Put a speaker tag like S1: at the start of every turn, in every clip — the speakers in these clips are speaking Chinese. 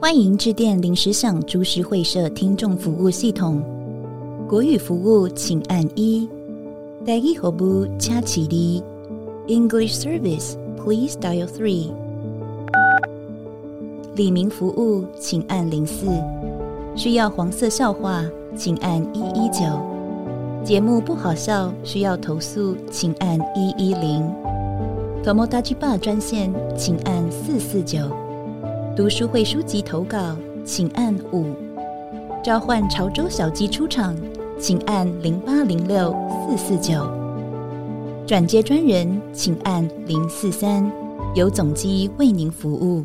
S1: 欢迎致电临时想株式会社听众服务系统，国语服务请按一，台语服务请起立，English service please dial three。李明服务请按零四，需要黄色笑话请按一一九，节目不好笑需要投诉请按一一零。Tomodachi Bar 专线，请按四四九；读书会书籍投稿，请按五；召唤潮州小鸡出场，请按零八零六四四九；转接专人，请按零四三，由总机为您服务。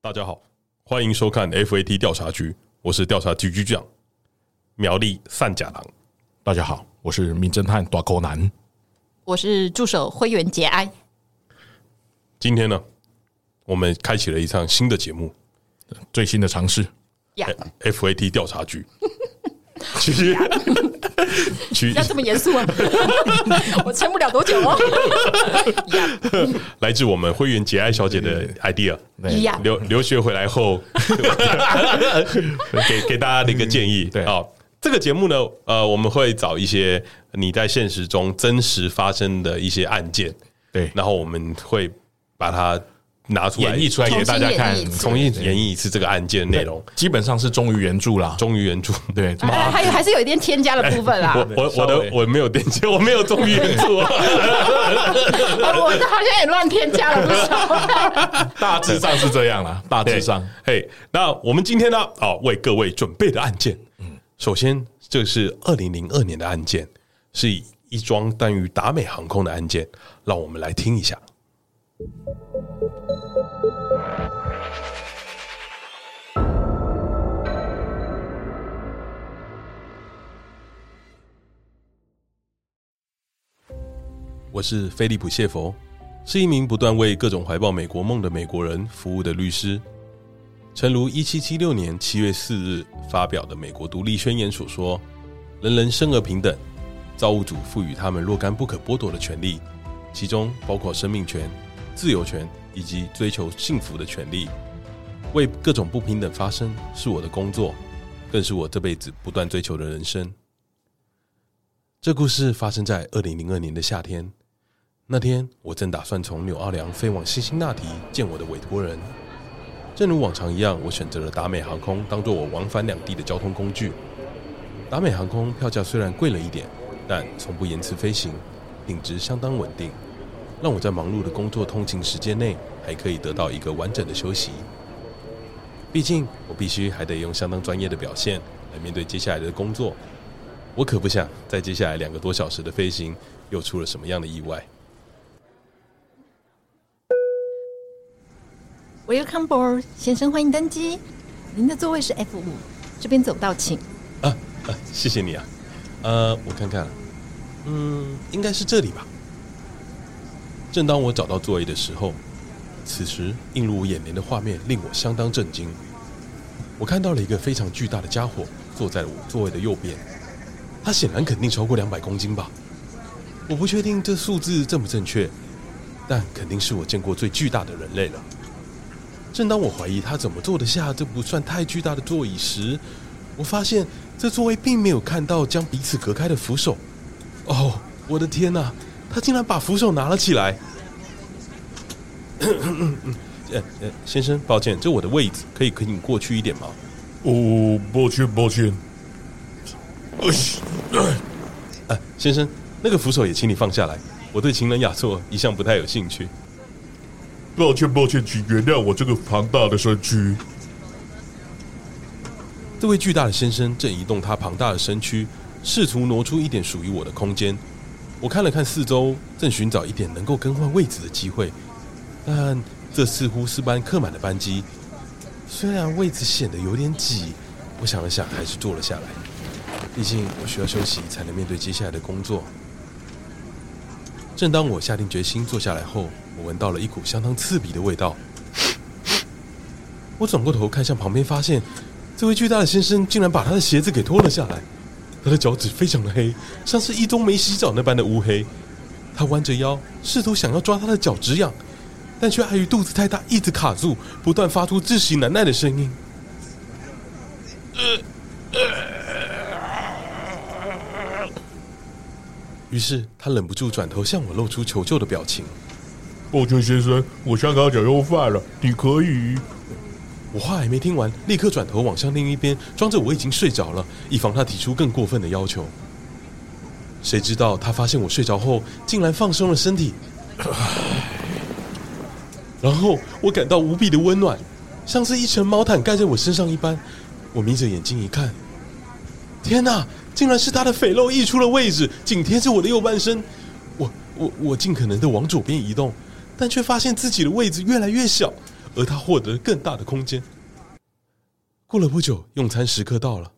S2: 大家好，欢迎收看 FAT 调查局，我是调查局局长苗栗散甲郎。
S3: 大家好，我是名侦探短口男。
S4: 我是助手灰原节哀。
S2: 今天呢，我们开启了一场新的节目哎
S3: 最新的尝试，
S4: 呀，
S2: FAT 调查局。其实，其
S4: 要这么严 肃啊！我撑不了多久 哦。呀
S2: 来自我们会员节爱小姐的 idea，
S3: 对
S4: 呀，
S2: 留留学回来后， 给给大家的一个建议。
S3: 嗯对
S2: 啊、这个节目呢，呃，我们会找一些你在现实中真实发生的一些案件，
S3: 对，
S2: 然后我们会把它拿出来
S3: 演绎出来给大家看
S4: 重新
S2: 重
S4: 演绎一，次
S2: 新演绎一次这个案件内容。
S3: 基本上是忠于原著啦。
S2: 忠于原著，
S3: 对，
S4: 哎
S2: 啊
S4: 还有还是有一点添加的部分啊 啦。
S2: 我我我
S3: 稍
S2: 的
S3: 微
S2: 我没有电接，我没有忠于原著啊，
S4: 哎我这好像也乱添加了不少。
S3: 大致上是这样啦，大致上。
S2: 嘿，那我们今天呢，哦，为各位准备的案件，首先这是二零零二年的案件，是一桩关于达美航空的案件，让我们来听一下。我是菲利普·谢佛，是一名不断为各种怀抱美国梦的美国人服务的律师。诚如1776年7月4日发表的《美国独立宣言》所说：“人人生而平等，造物主赋予他们若干不可剥夺的权利，其中包括生命权、自由权以及追求幸福的权利。为各种不平等发声是我的工作，更是我这辈子不断追求的人生。”这故事发生在2002年的夏天。那天，我正打算从纽奥良飞往辛辛那提见我的委托人。正如往常一样，我选择了达美航空当做我往返两地的交通工具。达美航空票价虽然贵了一点，但从不延迟飞行，品质相当稳定，让我在忙碌的工作通勤时间内还可以得到一个完整的休息。毕竟，我必须还得用相当专业的表现来面对接下来的工作。我可不想在接下来两个多小时的飞行又出了什么样的意外。
S4: Welcome board，先生，欢迎登机。您的座位是 F 五，这边走道请。
S2: 啊啊， 谢谢你啊。呃，我看看，嗯，应该是这里吧。正当我找到座位的时候，此时映入我眼帘的画面令我相当震惊。我看到了一个非常巨大的家伙坐在了我座位的右边，他显然肯定超过两百公斤吧。我不确定这数字正不正确，但肯定是我见过最巨大的人类了。正当我怀疑他怎么坐得下这不算太巨大的座椅时，我发现这座位并没有看到将彼此隔开的扶手。哦，我的天哪、他竟然把扶手拿了起来！ 呃呃，先生，抱歉，这我的位置，可以请你过去一点吗？
S3: 哦，抱歉，抱歉。哎
S2: 呃，先生，那个扶手也请你放下来。我对情人雅座一向不太有兴趣。
S3: 抱歉，抱歉，请原谅我这个庞大的身躯。
S2: 这位巨大的先生正移动他庞大的身躯，试图挪出一点属于我的空间。我看了看四周，正寻找一点能够更换位置的机会，但这似乎是班客满的班机。虽然位置显得有点挤，我想了想，还是坐了下来。毕竟我需要休息才能面对接下来的工作。正当我下定决心坐下来后，我闻到了一股相当刺鼻的味道。我转过头看向旁边，发现这位巨大的先生竟然把他的鞋子给脱了下来。他的脚趾非常的黑，像是一中没洗澡那般的乌黑。他弯着腰，试图想要抓他的脚趾痒，但却碍于肚子太大，一直卡住，不断发出窒息难耐的声音。于是他忍不住转头向我露出求救的表情。
S3: 抱歉先生，我香港脚又犯了，你可以。
S2: 我话还没听完，立刻转头往向另一边，装着我已经睡着了，以防他提出更过分的要求。谁知道他发现我睡着后，竟然放松了身体，然后我感到无比的温暖，像是一层毛毯盖在我身上一般。我眯着眼睛一看，天哪，竟然是他的肥肉溢出了位置，紧贴着我的右半身。我我我尽可能的往左边移动，但却发现自己的位置越来越小，而他获得了更大的空间。过了不久，用餐时刻到了。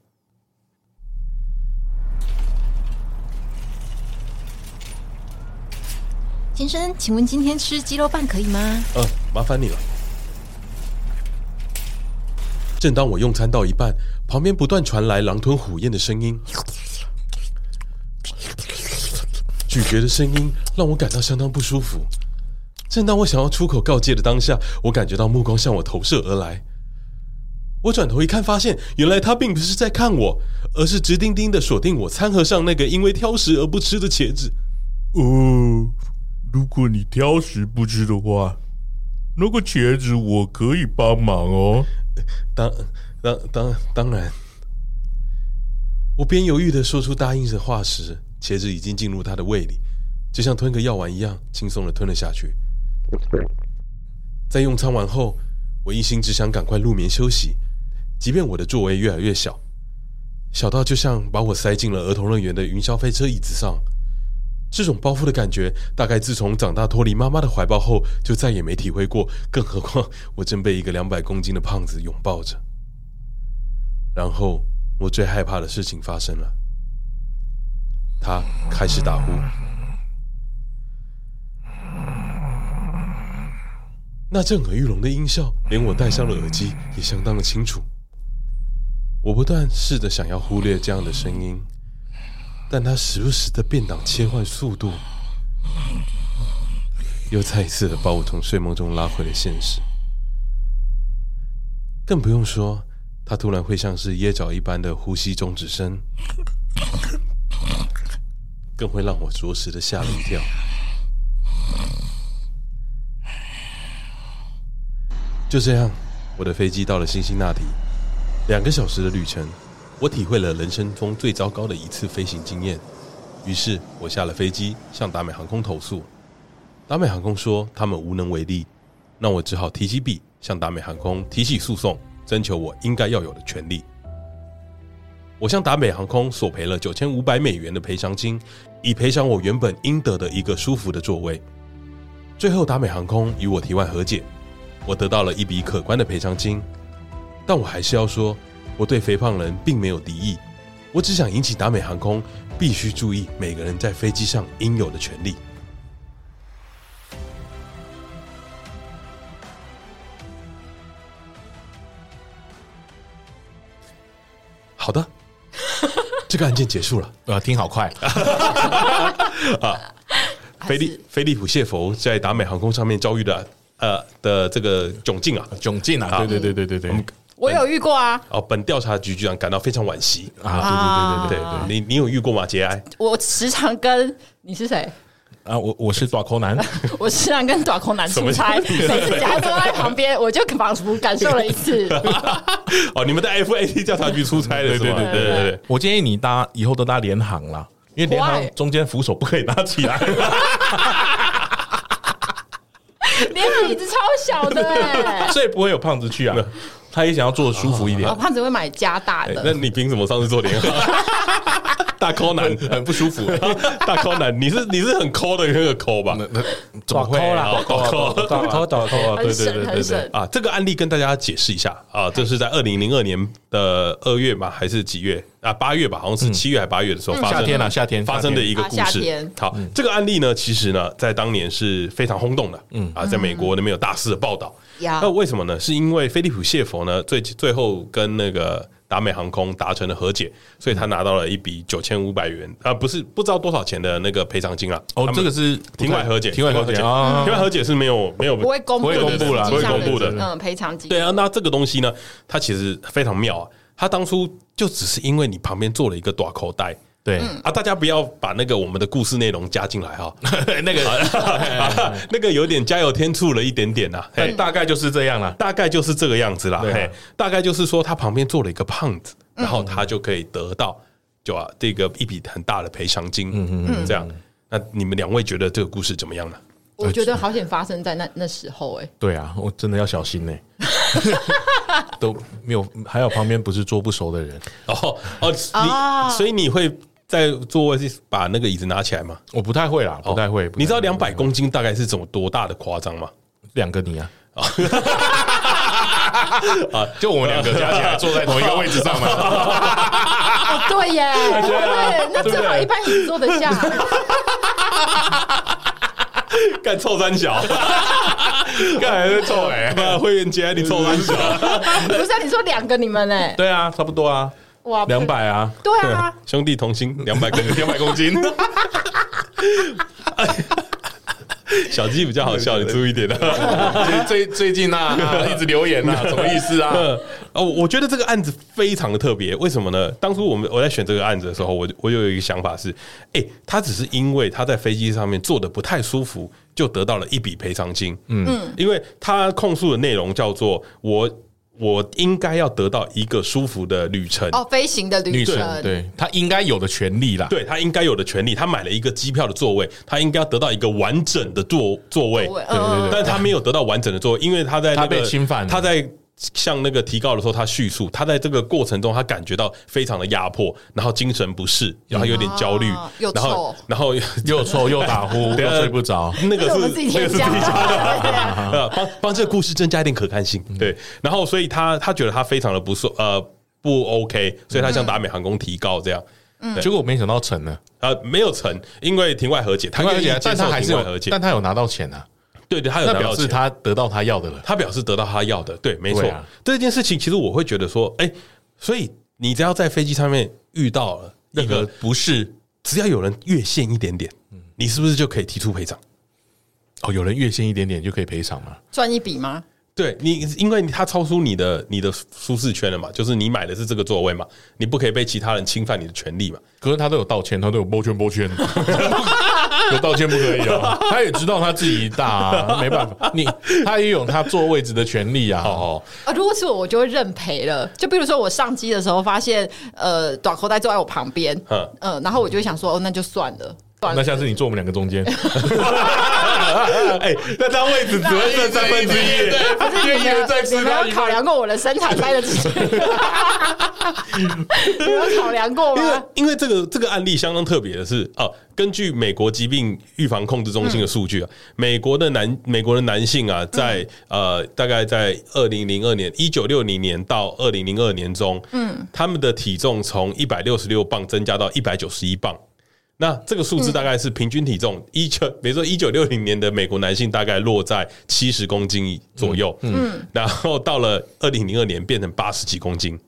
S4: 先生，请问今天吃鸡肉饭可以吗？
S2: 呃，麻烦你了。正当我用餐到一半，旁边不断传来狼吞虎咽的声音，咀嚼的声音让我感到相当不舒服。正当我想要出口告诫的当下，我感觉到目光向我投射而来。我转头一看，发现原来他并不是在看我，而是直盯盯的锁定我餐盒上那个因为挑食而不吃的茄子。
S5: 呃
S3: 哦，如果你挑食不吃的话，那个茄子我可以帮忙哦。
S2: 当当当当然，我边犹豫的说出答应的话时，茄子已经进入他的胃里，就像吞个药丸一样，轻松的吞了下去。在用餐完后，我一心只想赶快入眠休息，即便我的座位越来越小，小到就像把我塞进了儿童乐园的云霄飞车椅子上。这种包袱的感觉，大概自从长大脱离妈妈的怀抱后，就再也没体会过。更何况我正被一个两百公斤的胖子拥抱着。然后，我最害怕的事情发生了，他开始打呼。那震耳欲聋的音效，连我戴上了耳机也相当的清楚。我不断试着想要忽略这样的声音，但它时不时的变档切换速度，又再一次的把我从睡梦中拉回了现实。更不用说，它突然会像是噎脚一般的呼吸终止声，更会让我着实的吓了一跳。就这样，我的飞机到了辛辛那提，两个小时的旅程，我体会了人生中最糟糕的一次飞行经验。于是我下了飞机，向达美航空投诉。达美航空说他们无能为力，那我只好提起笔向达美航空提起诉讼，征求我应该要有的权利。我向达美航空索赔了九千五百美元的赔偿金，以赔偿我原本应得的一个舒服的座位。最后，达美航空与我提案和解，我得到了一笔可观的赔偿金。但我还是要说，我对肥胖人并没有敌意，我只想引起达美航空必须注意每个人在飞机上应有的权利。好的，这个案件结束了。
S5: 呃，听好快，
S2: 菲利菲利普谢佛在达美航空上面遭遇的呃的这个窘境啊，
S5: 窘境啊！对对对对对对，
S4: 我有遇过啊，
S2: 哦，本调查局局长感到非常惋惜。
S5: 啊，对对对对
S2: 对对，你你有遇过吗？节哀，
S6: 我时常跟你是谁？
S5: 对啊！我我是短口 男，
S6: 我时常跟短空男出差，每次夹坐在旁边，我就仿佛感受了一次。
S2: 哦，你们在 FAT 调查局出差的是吗？
S5: 对
S2: 对
S5: 对
S2: 对对。
S5: 我建议你搭以后都搭联航啦，因为联
S6: Why？
S5: 航中间扶手不
S2: 哎
S5: 可以拿起来。
S6: 连椅子超小的哎、
S5: 所以不会有胖子去啊。他也想要坐的舒服一点
S6: 我， 胖子会买加大的，
S2: 哎那你凭什么上次做联合？ 大抠男，
S5: 很不舒服。
S2: 大抠男，你是你是很抠的那个抠吧？
S5: 那怎么会啊？
S2: 抠
S5: 抖抠抖抠啊！对
S6: 很
S5: 对
S6: 省
S5: 对
S6: 很
S5: 对对
S6: 省。。
S2: 啊，这个案例跟大家解释一下啊，这是在二零零二年的二月吧，还是几月啊？八月吧，好像是七月还八月的时候发生的
S5: 嗯夏天啊夏天嗯
S2: 发生的一个故
S6: 啊夏
S2: 事
S6: 天。
S2: 好，这个案例呢，其实呢，在当年是非常轰动的，嗯啊，在美国那边有大肆的报道。
S6: 呀
S2: 那为什么呢？是因为菲利普谢佛呢，最最后跟那个达美航空达成了和解，所以他拿到了一
S5: 嗯
S2: 笔九千五百元啊，不是不知道多少钱的那个赔偿金啊。
S5: 哦
S2: 他，们
S5: 这个是
S2: 庭外和解，
S5: 庭外和解啊
S2: 庭，外和解是没有没有
S6: 不会公布的，
S5: 不会公布啦
S6: 实际上
S2: 不会公布的
S6: 嗯，赔偿金。
S2: 对啊，那这个东西呢，它其实非常妙啊。它当初就只是因为你旁边做了一个短口袋
S5: 对，
S2: 啊，大家不要把那个我们的故事内容加进来哈、
S5: 那个
S2: 那个有点加油添醋了一点点呐、啊。嘿
S6: 嗯
S5: 但大概就是这样啦。
S2: 大概就是这个样子啦。
S5: 对啊
S2: 嘿，大概就是说他旁边做了一个胖子，然后他就可以得到就啊这个一笔很大的赔偿金。嗯嗯，这样。那你们两位觉得这个故事怎么样呢？
S6: 我觉得好险发生在那那时候、哎，
S5: 对啊，我真的要小心呢、 都没有，还有旁边不是桌不熟的人，
S2: 哦哦，
S6: 啊
S2: 你所以你会在座位是把那个椅子拿起来吗？
S5: 我不太会啦，不太会。不太会
S2: 你知道两百公斤大概是怎么多大的夸张吗？
S5: 两个你啊？
S2: 啊，
S5: 就我们两个加起来坐在同一个位置上 嘛？
S6: 哦，对耶，对，那正好一般椅坐得下，
S2: 干臭三 小，
S5: 刚才是臭哎、
S2: 把会员接你臭三小，
S6: 不是、啊、你说两个你们哎、
S5: 对啊，差不多啊，
S6: 哇，不
S5: 两，百啊，
S6: 对啊，
S2: 兄弟同心，两 百公斤，
S5: 两百公斤。
S2: 小鸡比较好笑，你注意一点啊。
S5: 最最近 啊啊，一直留言 啊，什么意思啊？
S2: 呃，哦，我觉得这个案子非常的特别，为什么呢？当初我们我在选这个案子的时候，我我有一个想法是，哎、他只是因为他在飞机上面坐的不太舒服，就得到了一笔赔偿金。嗯，因为他控诉的内容叫做我我应该要得到一个舒服的旅程。
S6: 哦，飞行的旅
S5: 女
S6: 程，
S5: 神，对她应该有的权利啦。
S2: 对他应该有的权利，他买了一个机票的座位，他应该要得到一个完整的座座位。
S6: 对
S5: 对对对
S2: 但他没有得到完整的作为，因为他在、那个、
S5: 嗯他被侵犯了
S2: 他在向那个提告的时候，他叙述他在这个过程中，他感觉到非常的压迫，然后精神不适，然后有点焦虑
S6: 啊，又
S2: 然后
S6: 臭
S2: 然后
S5: 又臭又打呼，
S2: 对
S5: 又
S2: 啊
S5: 睡不着。
S2: 那个
S6: 这是我
S2: 是
S6: 们自己
S2: 那个是自己
S6: 添加
S2: 加
S6: 的 对
S2: 的
S6: 啊。
S2: 呃，帮帮这个故事增加一点可看性。
S5: 嗯
S2: 对，然后所以他他觉得他非常的不受呃不 OK，所以他向达美航空提告这样。对
S5: 结果我没想到成了，
S2: 呃，没有成，因为庭外和解，他
S5: 庭外和
S2: 愿意
S5: 解，
S2: 接
S5: 啊但他
S2: 受
S5: 还是
S2: 庭外
S5: 有
S2: 和解，
S5: 但他有拿到钱啊，
S2: 对对，他有
S5: 那
S2: 拿
S5: 表
S2: 到
S5: 示
S2: 钱。
S5: 他得到他要的了。
S2: 他表示得到他要的，对，没错。
S5: 对啊
S2: 这件事情其实我会觉得说，哎、所以你只要在飞机上面遇到了一
S5: 任何嗯
S2: 个不是，只要有人越线一点点，你是不是就可以提出赔偿？
S5: 哦，有人越线一点点就可以赔偿吗？
S6: 赚一笔吗？
S2: 对你，因为他超出你的你的舒适圈了嘛，就是你买的是这个座位嘛，你不可以被其他人侵犯你的权利嘛。
S5: 可是他都有道歉，他都有抱歉抱歉，有道歉不可以啊。他也知道他自己大、啊，没办法，你他也有他坐位置的权利啊。哦，
S6: 啊，如果是我，我就会认赔了。就比如说我上机的时候发现，呃，短口袋坐在我旁边，
S2: 嗯
S6: 嗯、然后我就会想说，哦，那就算了，算
S5: 那
S6: 了。
S5: 下次你坐我们两个中间，
S2: 哎、那张位置只会剩三分之一，
S6: 不是你
S5: 因为
S6: 们
S5: 再吃
S6: 你
S5: 他
S6: 们有考量过我的身材塞得进去？ 你们有考量过
S2: 因为
S6: 吗？
S2: 因为这个这个案例相当特别的是啊，根据美国疾病预防控制中心的数据啊，美国的男美国的男性啊，在、呃大概在二零零二年一九六零年到二零零二年中，嗯，他们的体重从一百六十六磅增加到一百九十一磅。那这个数字大概是平均体重，一九，比如说一九六零年的美国男性大概落在七十公斤左右，嗯，然后到了二零零二年变成八十几公斤，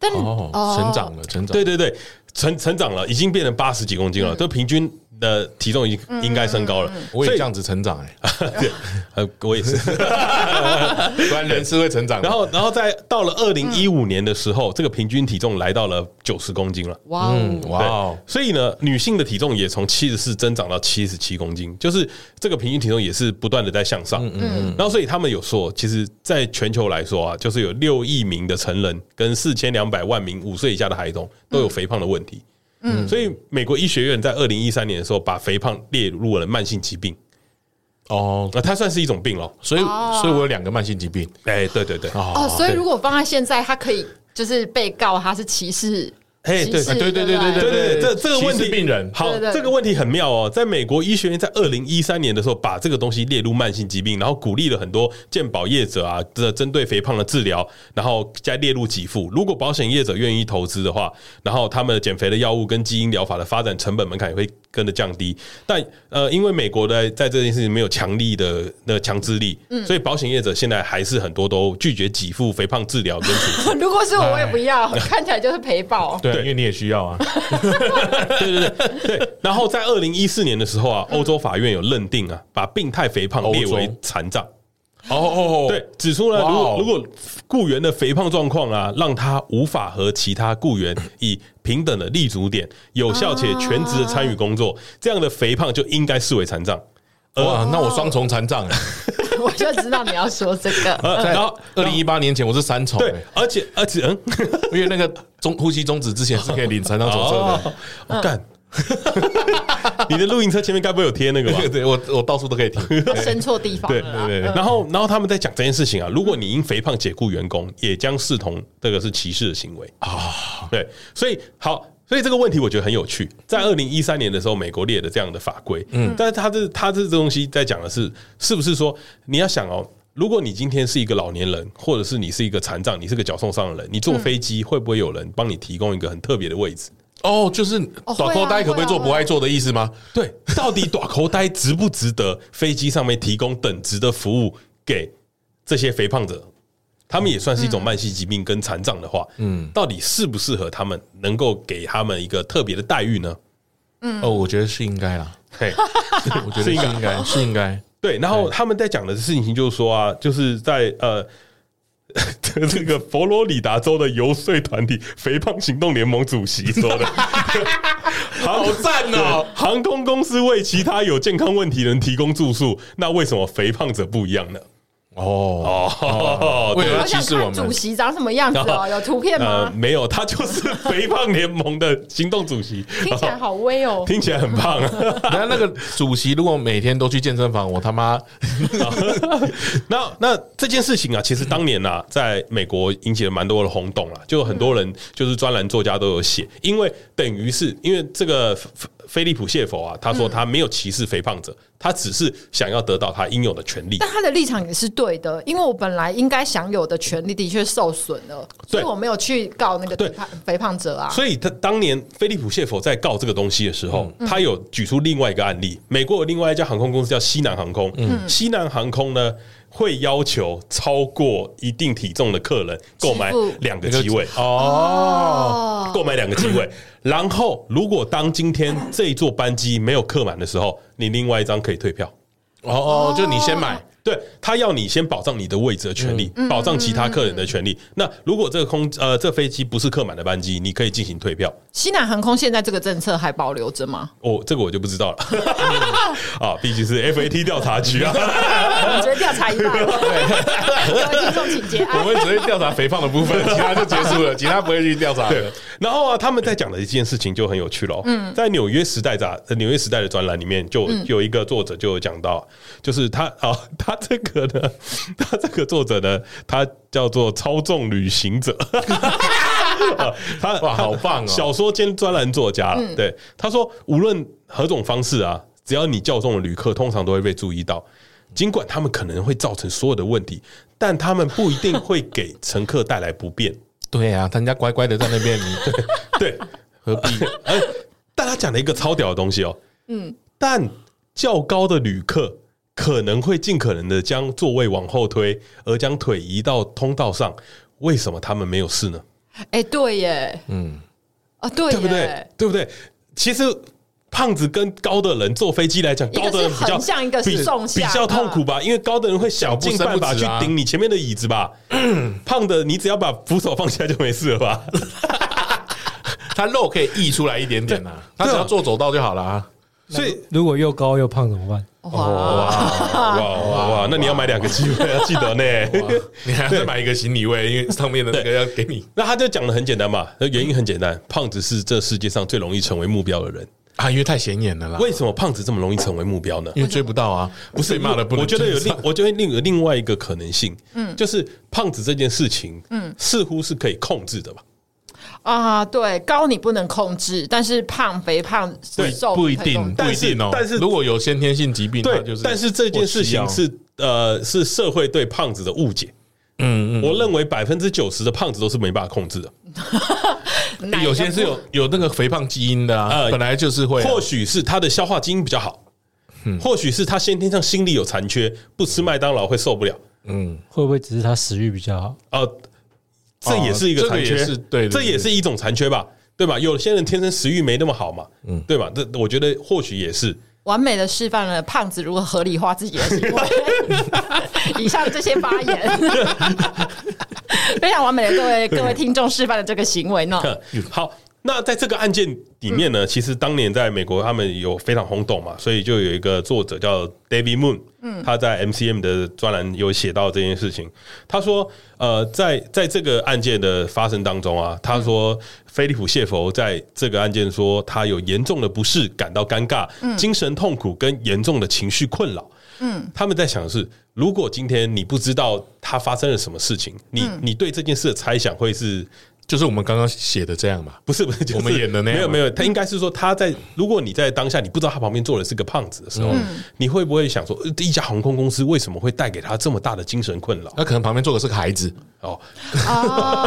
S6: 但是
S5: 哦，成长了，成长。
S2: 对对对，成成长了，已经变成八十几公斤了，这、平均的体重已经应该升高了。
S5: 我也
S2: 所以
S5: 这样子成长哎、
S2: 对呃，我也是。
S5: 欸，不然人是会成长的。
S2: 然后，然后在到了二零一五年的时候，这个平均体重来到了九十公斤了。
S6: 哇哦，
S5: 嗯，哇哦，
S2: 所以呢，女性的体重也从七十四增长到七十七公斤，就是这个平均体重也是不断的在向上。嗯嗯。然后，所以他们有说，其实在全球来说啊，就是有六亿名的成人跟四千两百万名五岁以下的孩童都有肥胖的问题。嗯，所以美国医学院在二零一三年的时候，把肥胖列入了慢性疾病，
S5: 哦，
S2: 那它算是一种病咯。
S5: 所以所以我有两个慢性疾病
S2: 哎、对对对，
S5: 哦
S6: 哦，所以
S5: 对
S6: 如果放在现在，他可以就是被告他是歧视，
S2: 哎
S6: 歧
S2: 对
S6: 视
S5: 对对对
S6: 不
S5: 对
S2: 对对对，这这个问
S5: 歧
S2: 题
S5: 视病人
S2: 好
S6: 对对，对
S2: 这个问题很妙哦。在美国医学院在二零一三年的时候，把这个东西列入慢性疾病，然后鼓励了很多健保业者啊，这针对肥胖的治疗，然后再列入给付。如果保险业者愿意投资的话，然后他们减肥的药物跟基因疗法的发展成本门槛也会跟着降低。但呃，因为美国的在这件事情没有强力的那强制力，所以保险业者现在还是很多都拒绝给付肥胖治疗跟处置。
S6: 如果是我，我也不要，看起来就是赔爆。
S5: 对，因为你也需要啊。
S2: 对对对对。然后在二零一四年的时候啊，欧洲法院有认定啊，把病态肥胖列为
S5: 嗯欧洲
S2: 残障。
S5: 哦哦，
S2: 对，，指出呢，
S5: 哇
S2: 如
S5: 哦
S2: 果如果雇员的肥胖状况啊，让他无法和其他雇 员以平等的立足点、有效且全职的参与工
S5: 啊
S2: 作，这样的肥胖就应该视为残障。
S5: 哦哇，那我双重残障哎，
S6: 我就知道你要说这个。
S2: 呃，
S5: 在
S2: 然后
S5: 二零一八年前我是三重，
S2: 对
S5: 哎，
S2: 而且而且 嗯，
S5: 因为那个中呼吸终止之前是可以领残障手册
S2: 哦，我 干， 你的露营车前面该不会有贴那个吧？
S5: 的。对，我我到处 都可以听。
S6: 生错地方
S2: 对
S6: 了啦，嗯
S2: 对对。然后，然后他们在讲这件事情啊，如果你因肥胖解雇员工，也将视同这个是歧视的行为啊。对，所以好。所以这个问题我觉得很有趣，在
S6: 嗯
S2: 二零一三年的时候，美国列的这样的法规，嗯，但是他这他这这东西在讲的是，是不是说你要想哦，如果你今天是一个老年人，或者是你是一个残障，你是个脚受伤的人，你
S6: 嗯
S2: 坐飞机会不会有人帮你提供一个很特别的位置？
S5: 哦，就是
S6: 哦
S5: 短裤
S6: 会啊
S5: 呆可不可以做
S6: 会啊
S5: 不爱做的意思吗？
S2: 对，到底短口呆值不值得飞机上面提供等值的服务给这些肥胖者？他们也算是一种慢性疾病跟残障的话，嗯，到底适不适合他们，能够给他们一个特别的待遇呢？
S6: 啊
S5: 哦，我觉得是应该啦，
S2: 嘿，嗯
S5: 我觉得是应该，是应该。
S2: 对，然后他们在讲的事情就是说啊，就是在呃。 这个佛罗里达州的游说团体“肥胖行动联盟”主席说的，好赞哦！航空公司为其他有健康问题的人提供住宿，那为什么肥胖者不一样呢？
S5: 哦，
S2: 哦，
S5: 为了要
S6: 我
S5: 歧
S6: 想
S5: 视我
S6: 看主
S5: 们，
S6: 席长什么样子哦，有图片
S2: 呃，
S6: 吗？
S2: 没有，他就是 肥胖联盟的行动主席，
S6: 听起来好威哦，
S2: 听起来很胖啊。
S5: 然后那个主席如果每天都去健身房，我他妈
S2: 那那这件事情啊，其实当年啊，在美国引起了蛮多的轰动啊，就有很多人就是专栏作家都有写，因为等于是因为这个菲菲利普谢佛啊，他
S6: 嗯
S2: 说他没有歧视肥胖者，他只是想要得到他应有的权利。
S6: 但他的立场也是对的，因为我本来应该享有的权利的确受损了，所
S2: 对
S6: 以我没有去告那个
S2: 对
S6: 肥胖肥胖者啊。
S2: 所以他当年菲利普谢佛在告这个东西的时候，他有举出另外一个案例，美国有另外一家航空公司叫西南航空，西南航空呢会要求超过一定体重的客人购买
S6: 支付
S2: 两个机位，
S5: 哦，
S2: 购买两个机位，然后如果当今天这一座班机没有客满的时候，你另外一张可以退票。
S5: 哦哦，就你先买，
S2: 对他要你先保障你的位置的权利，保障其他客人的权利。那如果这个空呃这飞机不是客满的班机，你可以进行退票。
S6: 西南航空现在这个政策还保留 着吗？
S2: 哦，这个我就不知道了 啊，毕竟是 FAT 调查局啊。
S6: 我觉得调查一半， 各位听众请节
S5: 我
S6: 哀。
S5: 们只会调查肥胖的部分，其他就结束了，其他不会去调查
S2: 对
S5: 的。，
S2: 然后啊，他们在讲的一件事情就很有趣了。嗯，在纽约时代杂呃纽约时代的专栏里面，就有一个作者就有讲到，就是他 啊，他这个呢， 他这个作者呢，他叫做超重旅行者。 啊他
S5: 哇
S2: 他
S5: 好棒哦
S2: 小说兼专栏作家了。对，他说无论何种方式啊，只要你较重的旅客，通常都会被注意到。尽管他们可能会造成所有的问题，但他们不一定会给乘客带来不便。
S5: 对啊，他人家乖乖的在那边，你对
S2: 对，
S5: 何必？
S2: 哎，但他讲了一个超屌的东西哦，嗯，但较高的旅客可能会尽可能的将座位往后推，而将腿移到通道上。为什么他们没有事呢？
S6: 哎，对耶，嗯，啊，对
S2: 对不对
S6: 耶，？
S2: 对不对？其实胖子跟高的人坐飞机来讲，
S6: 个
S2: 高的人比
S6: 是
S2: 较
S6: 横向一个是
S2: 比
S6: 纵向嗯
S2: 比较痛苦吧，因为高的人会
S5: 脚
S2: 想
S5: 步
S2: 尽
S5: 伸不
S2: 办法
S5: 直
S2: 去
S5: 啊
S2: 顶你前面的椅子 吧。胖的你只要把扶手放下就没事了吧？
S5: 他肉可以溢出来一点点啊，他只要做走道就好了啊。
S2: 所以
S7: 如果又高又胖怎么办？
S6: 哇，
S2: 哇哇哇，那你要买两个机会，要记得 呢。
S5: 你还要再买一个行李位，因为上面的那个要给你。
S2: 那他就讲的很简单嘛，那原因很简单，胖子是这世界上最容易成为目标的人。
S5: 啊，因为太显眼了啦，
S2: 为什么胖子这么容易成为目标呢？
S5: 因为追不到啊，不是被骂了不能
S2: 我觉得有
S5: 追
S2: 另
S5: 上，
S2: 我觉得另有另外一个可能性，嗯，就是胖子这件事情，嗯，似乎是可以控制的吧？
S6: 啊，对，高你不能控制，但是胖肥胖
S2: 对
S6: 瘦
S5: 不一
S6: 可以控
S5: 定，
S6: 制
S5: 不一定哦。
S2: 但是但是
S5: 如果有先天性疾病，那
S2: 对
S5: 嗯就，是
S2: 但是这件事情
S5: 我吃药
S2: 是呃是社会对胖子的误解。
S5: 嗯嗯，
S2: 我认为百分之九十的胖子都是没办法控制的，
S6: 哪一个
S5: 有些是有有那个肥胖基因的啊，
S2: 呃
S5: 本来就是会啊，嗯
S2: 或许是他的消化基因比较好，或许是他先天上心理有残缺，不吃麦当劳会受不了。
S5: 嗯，
S7: 会不会只是他食欲比较好？
S2: 呃，这也是一
S5: 哦
S2: 个
S5: 这个
S2: 残缺，
S5: 也是对对
S2: 这
S5: 对
S2: 也是一种残缺吧，对吧？有些人天生食欲没那么好嘛，嗯，对吧？这我觉得或许也是，
S6: 完美的示范了胖子如何合理化自己的行 为。 以上这些发言，非常完美的各位各位听众示范的这个行为呢。
S2: 哼好，那在这个案件里面呢，其实当年在美国他们有非常轰动嘛，所以就有一个作者叫 David Moon，嗯，他在 MCM 的专栏有写到这件事情。他说，呃，在在这个案件的发生当中啊，他说菲利普谢佛在这个案件说他有严重的不适，感到尴尬、精神痛苦跟严重的情绪困扰。嗯，他们在想的是，如果今天你不知道他发生了什么事情，你、你对这件事的猜想会是
S5: 就是我们刚刚写的这样嘛，
S2: 不是不是，就是
S5: 我们演的那样
S2: 没有
S5: 吗
S2: 没有，他应该是说他在，如果你在当下你不知道他旁边坐的是个胖子的时候，
S5: 嗯
S2: 你会不会想说，呃一家航空公司为什么会带给他这么大的精神困扰？
S5: 那可能旁边坐的是个孩子，
S2: 哦，
S6: 哦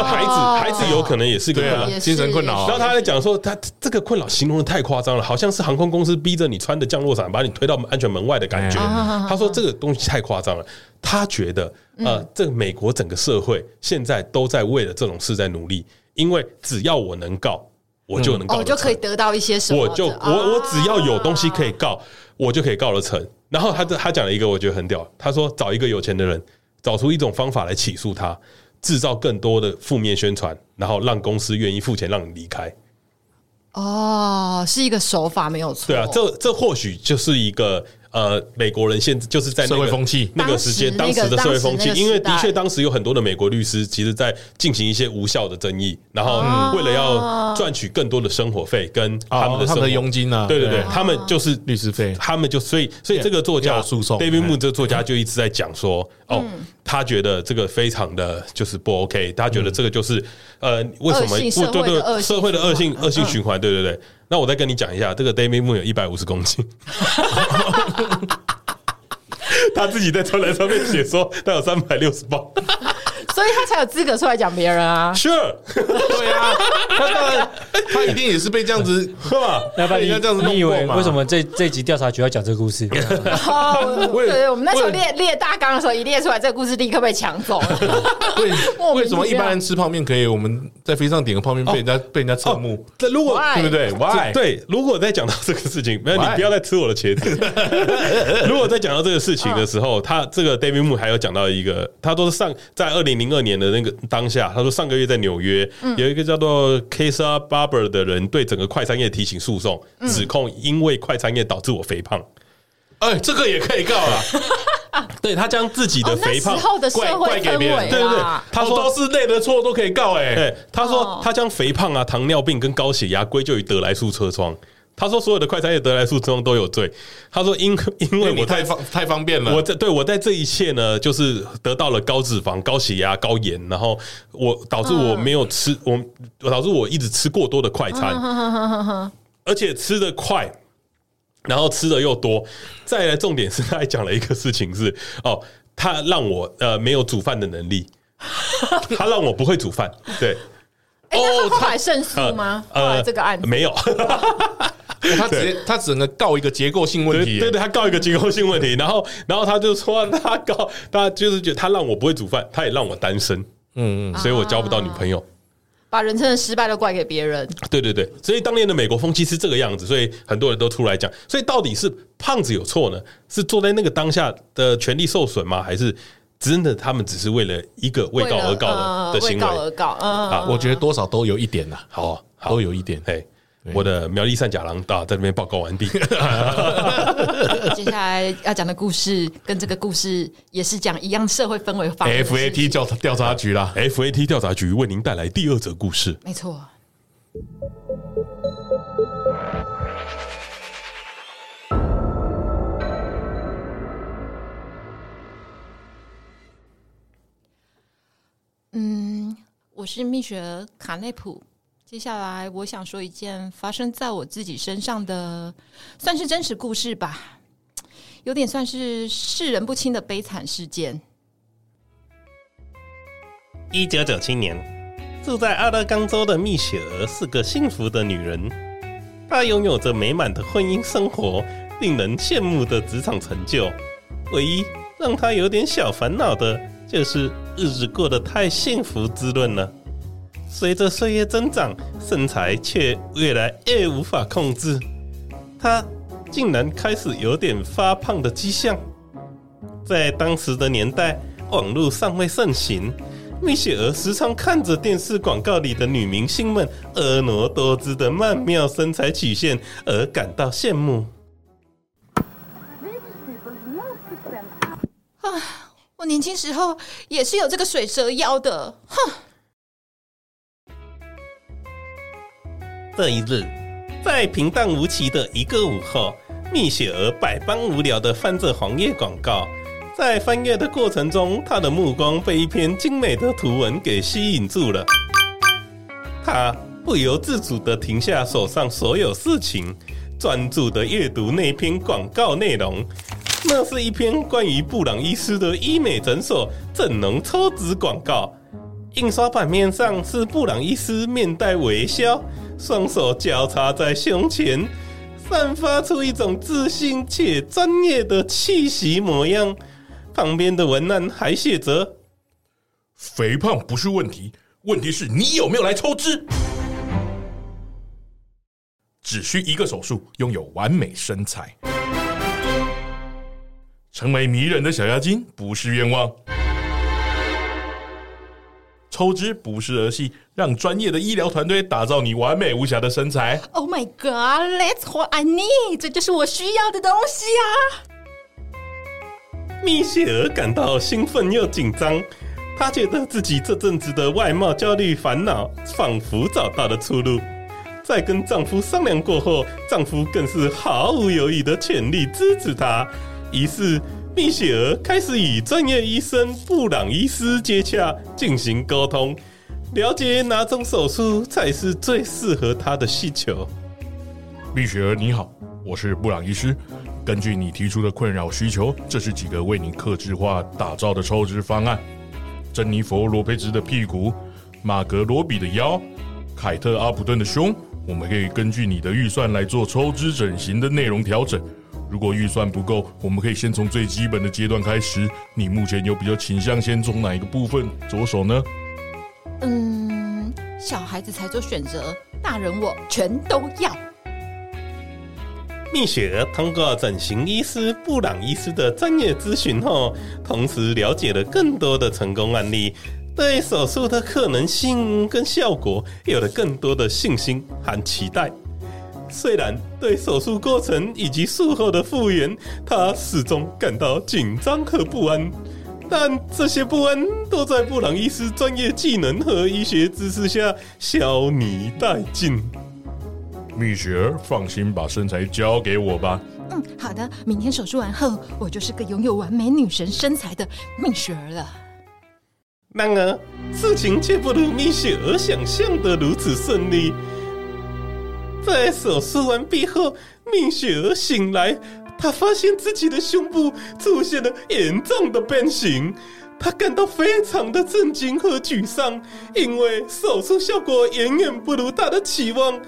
S2: 孩子孩子有可能也是个
S5: 对
S2: 困
S5: 啊
S2: 扰。
S6: 也，是
S5: 精神困扰
S2: 然后
S5: 啊，
S2: 他还讲说，他这个困扰形容的太夸张了，好像是航空公司逼着你穿的降落伞把你推到安全门外的感觉。
S5: 哎
S2: 他说这个东西太夸张了，他觉得
S5: 嗯
S2: 呃，这个美国整个社会现在都在为了这种事在努力，因为只要我能告，我就能告
S6: 哦，
S2: 得
S6: 就
S2: 成。
S6: 可以得到一些什么啊
S2: 我
S6: 的？
S2: 就我我只要有东西可以告，我就可以告得成。然后他这他讲了一个我觉得很屌，他说找一个有钱的人，找出一种方法来起诉他，制造更多的负面宣传，然后让公司愿意付钱让你离开。
S6: 哦，是一个手法没有错。
S2: 对啊，这这或许就是一个呃，美国人现就是在、那个、
S5: 社会风气
S2: 那个时间，当
S6: 当时
S2: 时
S6: 那个
S2: 的社会风气，
S6: 当时那个时代
S2: 因为的确当时有很多的美国律师，其实在进行一些无效的争议，然后
S6: 嗯
S2: 为了要赚取更多的生活费跟他们的生
S5: 他们
S2: 活
S5: 的佣金啊，
S2: 对对
S6: 嗯
S2: 对，他们就是
S5: 律师费
S2: 他们就所以所以这个作
S5: 要
S2: 家
S5: 有诉讼
S2: David
S5: 嗯
S2: Moon 这个作家就一直在讲说，哦，
S6: 嗯
S2: 他觉得这个非常的就是不 OK，他觉得这个就是呃，为什
S6: 嗯恶性
S2: 么
S6: 社
S2: 不
S6: 会的
S2: 对
S6: 恶
S2: 对
S6: 性
S2: 社会的恶性
S6: 循环嗯
S2: 恶性循环？对对对。那我再跟你讲一下，这个 David Moon 有一百五十公斤。 他自己在专栏上面写说，他有三百六十磅。
S6: 所以他才有资格出来讲别人 啊。
S2: Sure，
S5: 对啊，他当然他一定也是被这样子，
S2: 是吧？
S7: 要不然
S5: 被人家这样子
S7: 你
S5: 弄
S7: 你以
S5: 过
S7: 为
S5: 嘛
S7: 为什么这这集调查局要讲这个故事？
S6: 哦，
S5: 我
S6: 对
S5: 也
S6: 对，我们那时候
S5: 我也
S6: 列列大纲的时候，一列出来，这个故事立刻被抢走了。
S5: 为
S6: 莫名
S5: 为
S6: 其
S5: 什
S6: 妙
S5: 么一般人吃泡面可以，我们在飞机上点个泡面被人家被人家侧目，
S2: 这如果
S6: Why？
S5: 对不对？Why？
S2: 哦对，如果再讲到这个事情，没有你
S5: Why？
S2: 不要再吃我的茄 子。如果再讲到这个事情的时
S5: 啊
S2: 候，他这个 David Moon 还有讲到一个，他都是上在二零零二年的那个当下，他说上个月在纽约、
S5: 嗯
S2: 有一个叫做 Kesa Barber 的人对整个快餐业提起诉讼，
S5: 嗯
S2: 指控因为快餐业导致我肥胖。
S5: 哎，这个 也可以告啊啦。
S2: 对他将自己的
S6: 哦，那
S2: 肥
S6: 时
S2: 胖
S6: 候的社
S5: 怪
S6: 会
S5: 怪给
S6: 氛
S5: 别人
S6: 围啊
S2: 对对对
S6: 啦，，
S2: 他
S5: 哦
S2: 说
S5: 都是类的错都可以告哎、
S2: 对，他说
S6: 哦
S2: 他将肥胖啊、糖尿病跟高血压归咎于得来速车窗。他说所有的快餐业得来速车窗都有罪。他说因因
S5: 因
S2: 为
S5: 为
S2: 我
S5: 我
S2: 在
S5: 太方太方便了，
S2: 我在对我在这一切呢，就是得到了高脂肪、高血压、高盐，然后我导致我没有吃，
S6: 嗯
S2: 我我导致我一直吃过多的快餐，
S6: 嗯
S2: 而且吃的快，然后吃的又多。再来，重点是他还讲了一个事情是哦，他让我呃没有煮饭的能 力，他让我不会煮饭，对。哦
S6: 哎，那他后来胜
S2: 呃
S6: 诉吗？后来这个案子
S2: 没有，
S5: 哎他直接他只能告一个结构性问
S2: 对
S5: 题、
S2: 对对，他告一个结构性问题， 然后然后他就说他告他就是觉得他让我不会煮饭，他也让我单身，
S5: 嗯嗯，啊
S2: 所以我交不到女朋友。
S6: 把人生的失败都怪给别人，
S2: 对对对，所以当年的美国风气是这个样子，所以很多人都出来讲，所以到底是胖子有错呢？是坐在那个当下的权利受损吗？还是真的他们只是为了一个为告而告的、
S6: 呃
S2: 的
S6: 为
S2: 行
S6: 告
S2: 为？啊
S6: 而告，嗯，
S5: 我觉得多少都有一点呐，
S2: 好啊好
S5: 都，有一点。
S2: 哎，
S5: 对
S2: 我的苗栗善假郎啊，在这边报告完 毕。
S6: 接下来要讲的故事跟这个故事也是讲一样社会氛围发生的事
S5: F A
S6: 情
S5: T 调调查局啦，
S2: FAT 调查局为您带来第二则故事。
S6: 没错，嗯，我是蜜雪儿卡内普。接下来，我想说一件发生在我自己身上的，算是真实故事吧，有点算是世人不清的悲惨事件。
S2: 一九九七年，住在阿勒冈州的蜜雪儿是个幸福的女人，她拥有着美满的婚姻生活，令人羡慕的职场成就。唯一让她有点小烦恼的，就是日子过得太幸福滋润了。随着岁月增长，身材却越来越无法控制，她竟然开始有点发胖的迹象。在当时的年代，网络尚未盛行，蜜雪儿时常看着电视广告里的女明星们婀娜多姿的曼妙身材曲线而感到羡慕。
S8: 我年轻时候也是有这个水蛇腰的，哼，
S2: 这一日，在平淡无奇的一个午后，蜜雪儿百般无聊的翻着黄页广告。在翻阅的过程中，她的目光被一篇精美的图文给吸引住了。她不由自主的停下手上所有事情，专注的阅读那篇广告内容。那是一篇关于布朗医师的医美诊所整容抽脂广告。印刷版面上是布朗医师面带微笑，双手交叉在胸前，散发出一种自信且专业的气息模样。旁边的文案还写着
S5: 肥胖不是问题，问题是你有没有来抽脂。只需一个手术，拥有完美身材，成为迷人的小妖精不是愿望。抽脂不是儿戏，让专业的医疗团队打造你完美无瑕的身材。
S8: Oh my God，That's what I need，这就是我需要的东西啊！：“
S2: 蜜雪儿感到兴奋又紧张。”她觉得自己这阵子的外貌焦虑烦恼仿佛找到了出路。在跟丈夫商量过后，丈夫更是毫无犹豫的全力支持她。于是，蜜雪儿开始与专业医生布朗医师接洽，进行沟通，了解哪种手术才是最适合她的需求。
S5: 蜜雪儿，你好，我是布朗医师。根据你提出的困扰需求，这是几个为你克制化打造的抽脂方案：珍妮佛·罗佩兹的屁股，马格罗比的腰，凯特·阿普顿的胸。我们可以根据你的预算来做抽脂整形的内容调整。如果预算不够，我们可以先从最基本的阶段开始。你目前有比较倾向先从哪一个部分着手呢？
S8: 嗯，小孩子才做选择，大人我全都要。
S2: 蜜雪儿通过整形医师布朗医师的专业咨询后，同时了解了更多的成功案例，对手术的可能性跟效果有了更多的信心和期待。虽然对手术过程以及术后的复原，她始终感到紧张和不安，但这些不安都在布朗医师专业技能和医学知识下消弭殆尽。
S5: 蜜雪儿，放心把身材交给我吧。
S6: 嗯，好的，明天手术完后，我就是个拥有完美女神身材的蜜雪儿了。
S2: 然而，事啊情却不如蜜雪儿想象的如此顺利。在手术完毕后，蜜雪儿醒来，她发现自己的胸部出现了严重的变形，她感到非常的震惊和沮丧，因为手术效果远远不如她的期望。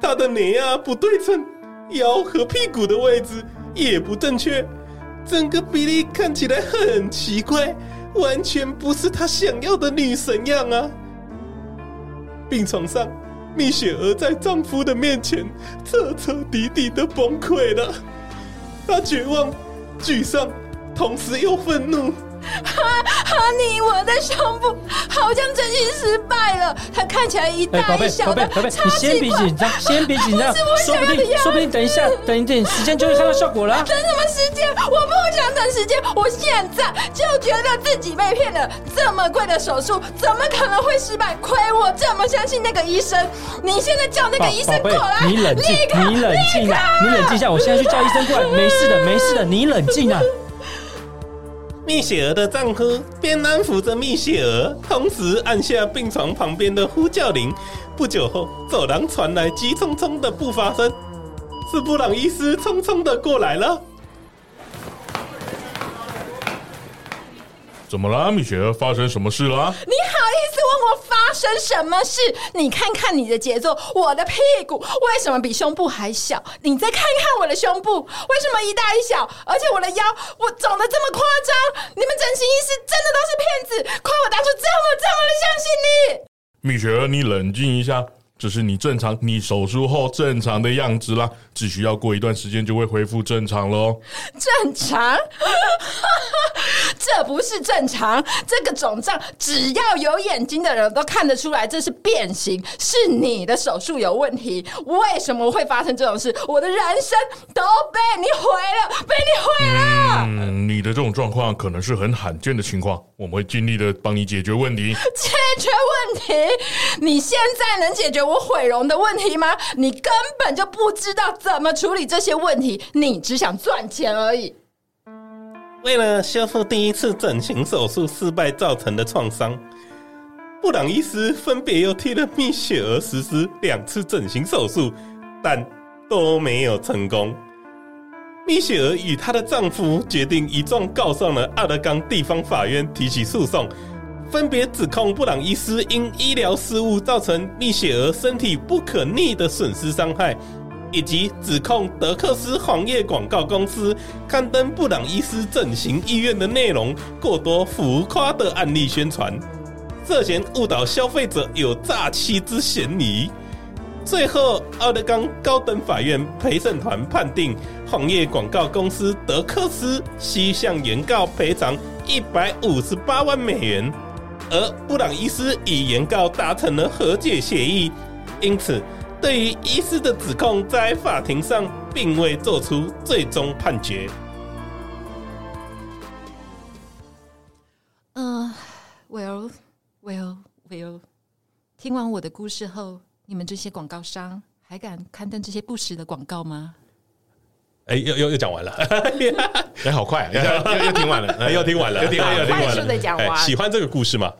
S2: 她的脸啊不对称，腰和屁股的位置也不正确，整个比例看起来很奇怪，完全不是她想要的女神样啊。病床上，蜜雪儿在丈夫的面前彻彻底底的崩溃了，她绝望、沮丧，同时又愤怒。
S6: 哈尼，啊我的胸部好像整形失败了，它看起来一
S7: 哎，
S6: 大
S7: 宝
S6: 一
S7: 贝，
S6: 小
S7: 宝
S6: 的
S7: 贝，
S6: 超
S7: 宝贝，
S6: 级
S7: 你先别
S6: 宽
S7: 紧张，先别紧张，说不定，说不定等一下，等一点时间就会看到效果了。
S6: 等什么时间？我不想等时间，我现在就觉得自己被骗了。这么贵的手术，怎么可能会失败？亏我这么相信那个医生。你现在叫那
S7: 宝
S6: 个医生
S7: 宝
S6: 过来，
S7: 贝，你冷静
S6: 立，刻
S7: 你冷静啊，你冷静一下，我现在去叫医生过 来，没事的，没事的，你冷静啊。
S2: 蜜雪儿的丈夫边安抚着蜜雪儿，同时按下病床旁边的呼叫铃。不久后，走廊传来急匆匆的步伐声，是布朗医师匆匆的过来了。
S5: 怎么啦，蜜雪儿？发生什么事啦？
S4: 你好意思问我发生什么事？你看看你的节奏，我的屁股为什么比胸部还小？你再看看我的胸部，为什么一大一小？而且我的腰，我肿的这么夸张？你们整形医师真的都是骗子！亏我当初这么这么的相信你。
S5: 蜜雪儿，你冷静一下，这是你正常，你手术后正常的样子啦，只需要过一段时间就会恢复正常喽。
S4: 正常， 这不是正常。这个肿胀，只要有眼睛的人都看得出来，这是变形，是你的手术有问题。为什么会发生这种事？我的人生都被你毁了，被你 毁了。
S5: 嗯，你的这种状况可能是很罕见的情况，我们会尽力的帮你解决问 题。
S4: 解决问题？你现在能解决我毁容的问题吗？你根本就不知道怎么处理这些问题，你只想赚钱而已。
S2: 为了修复第一次整形手术失败造成的创伤，布朗医师分别又替了蜜雪儿实施两次整形手术，但都没有成功。蜜雪儿与她的丈夫决定一状告上了阿勒冈地方法院提起诉讼，分别指控布朗医师因医疗失误造成蜜雪儿身体不可逆的损失伤害，以及指控德克斯行业广告公司刊登布朗医师整形医院的内容过多浮夸的案例宣传，涉嫌误导消费者有诈欺之嫌疑。最后，奥勒冈高等法院陪审团判定，行业广告公司德克斯需向原告赔偿一百五十八万美元，而布朗医师与原告达成了和解协议，因此对于医师的指控，在法庭上并未做出最终判决。
S6: 嗯，Well Well Well，听完我的故事后，你们这些广告商还敢刊登这些不实的广告吗？
S9: 哎，又又又讲完了，
S5: 哎，好快、啊，一下 又又听完了，哎
S9: 又听完了
S5: 又听完了，又听
S6: 快
S5: 完
S6: 速
S5: 了。
S6: 的讲
S9: 哎，
S6: 完，
S9: 喜欢这个故事吗？？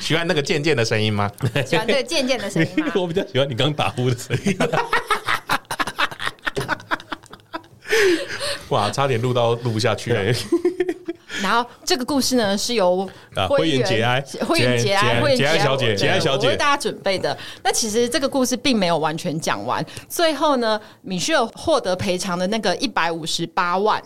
S5: 喜欢那个渐渐的声音 吗？
S6: 喜欢这个渐渐的声音吗
S9: 我比较喜欢你刚打呼的声音。
S5: 哇，差点录到录不下去啊了。
S6: 然后这个故事呢是由
S9: 啊
S6: 灰
S9: 灰原节哀
S6: 灰原节哀、灰原
S5: 节哀小姐
S6: 我
S5: 节
S9: 哀小姐
S6: 我为大家准备的。那其实这个故事并没有完全讲完，最后呢，米歇尔获得赔偿的那个一百五十八万。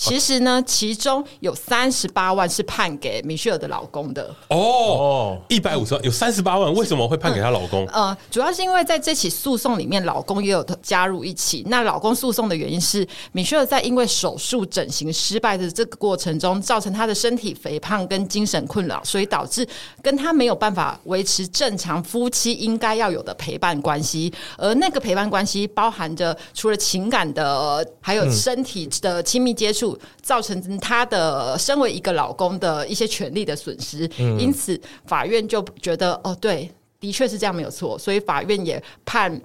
S6: 其实呢，其中有三十八万是判给米歇尔的老公的。
S9: 哦，一百五十万有三十八万，为什么会判给她老公？
S5: 嗯
S6: 呃，主要是因为在这起诉讼里面，老公也有加入一起。那老公诉讼的原因是，米歇尔在因为手术整形失败的这个过程中，造成她的身体肥胖跟精神困扰，所以导致跟她没有办法维持正常夫妻应该要有的陪伴关系。而那个陪伴关系包含着除了情感的，还有身体的亲密接触，造成她的身为一个老公的一些权利的损失。因此，法院就觉得，哦，对。的确是这样没有错，所以法院也判，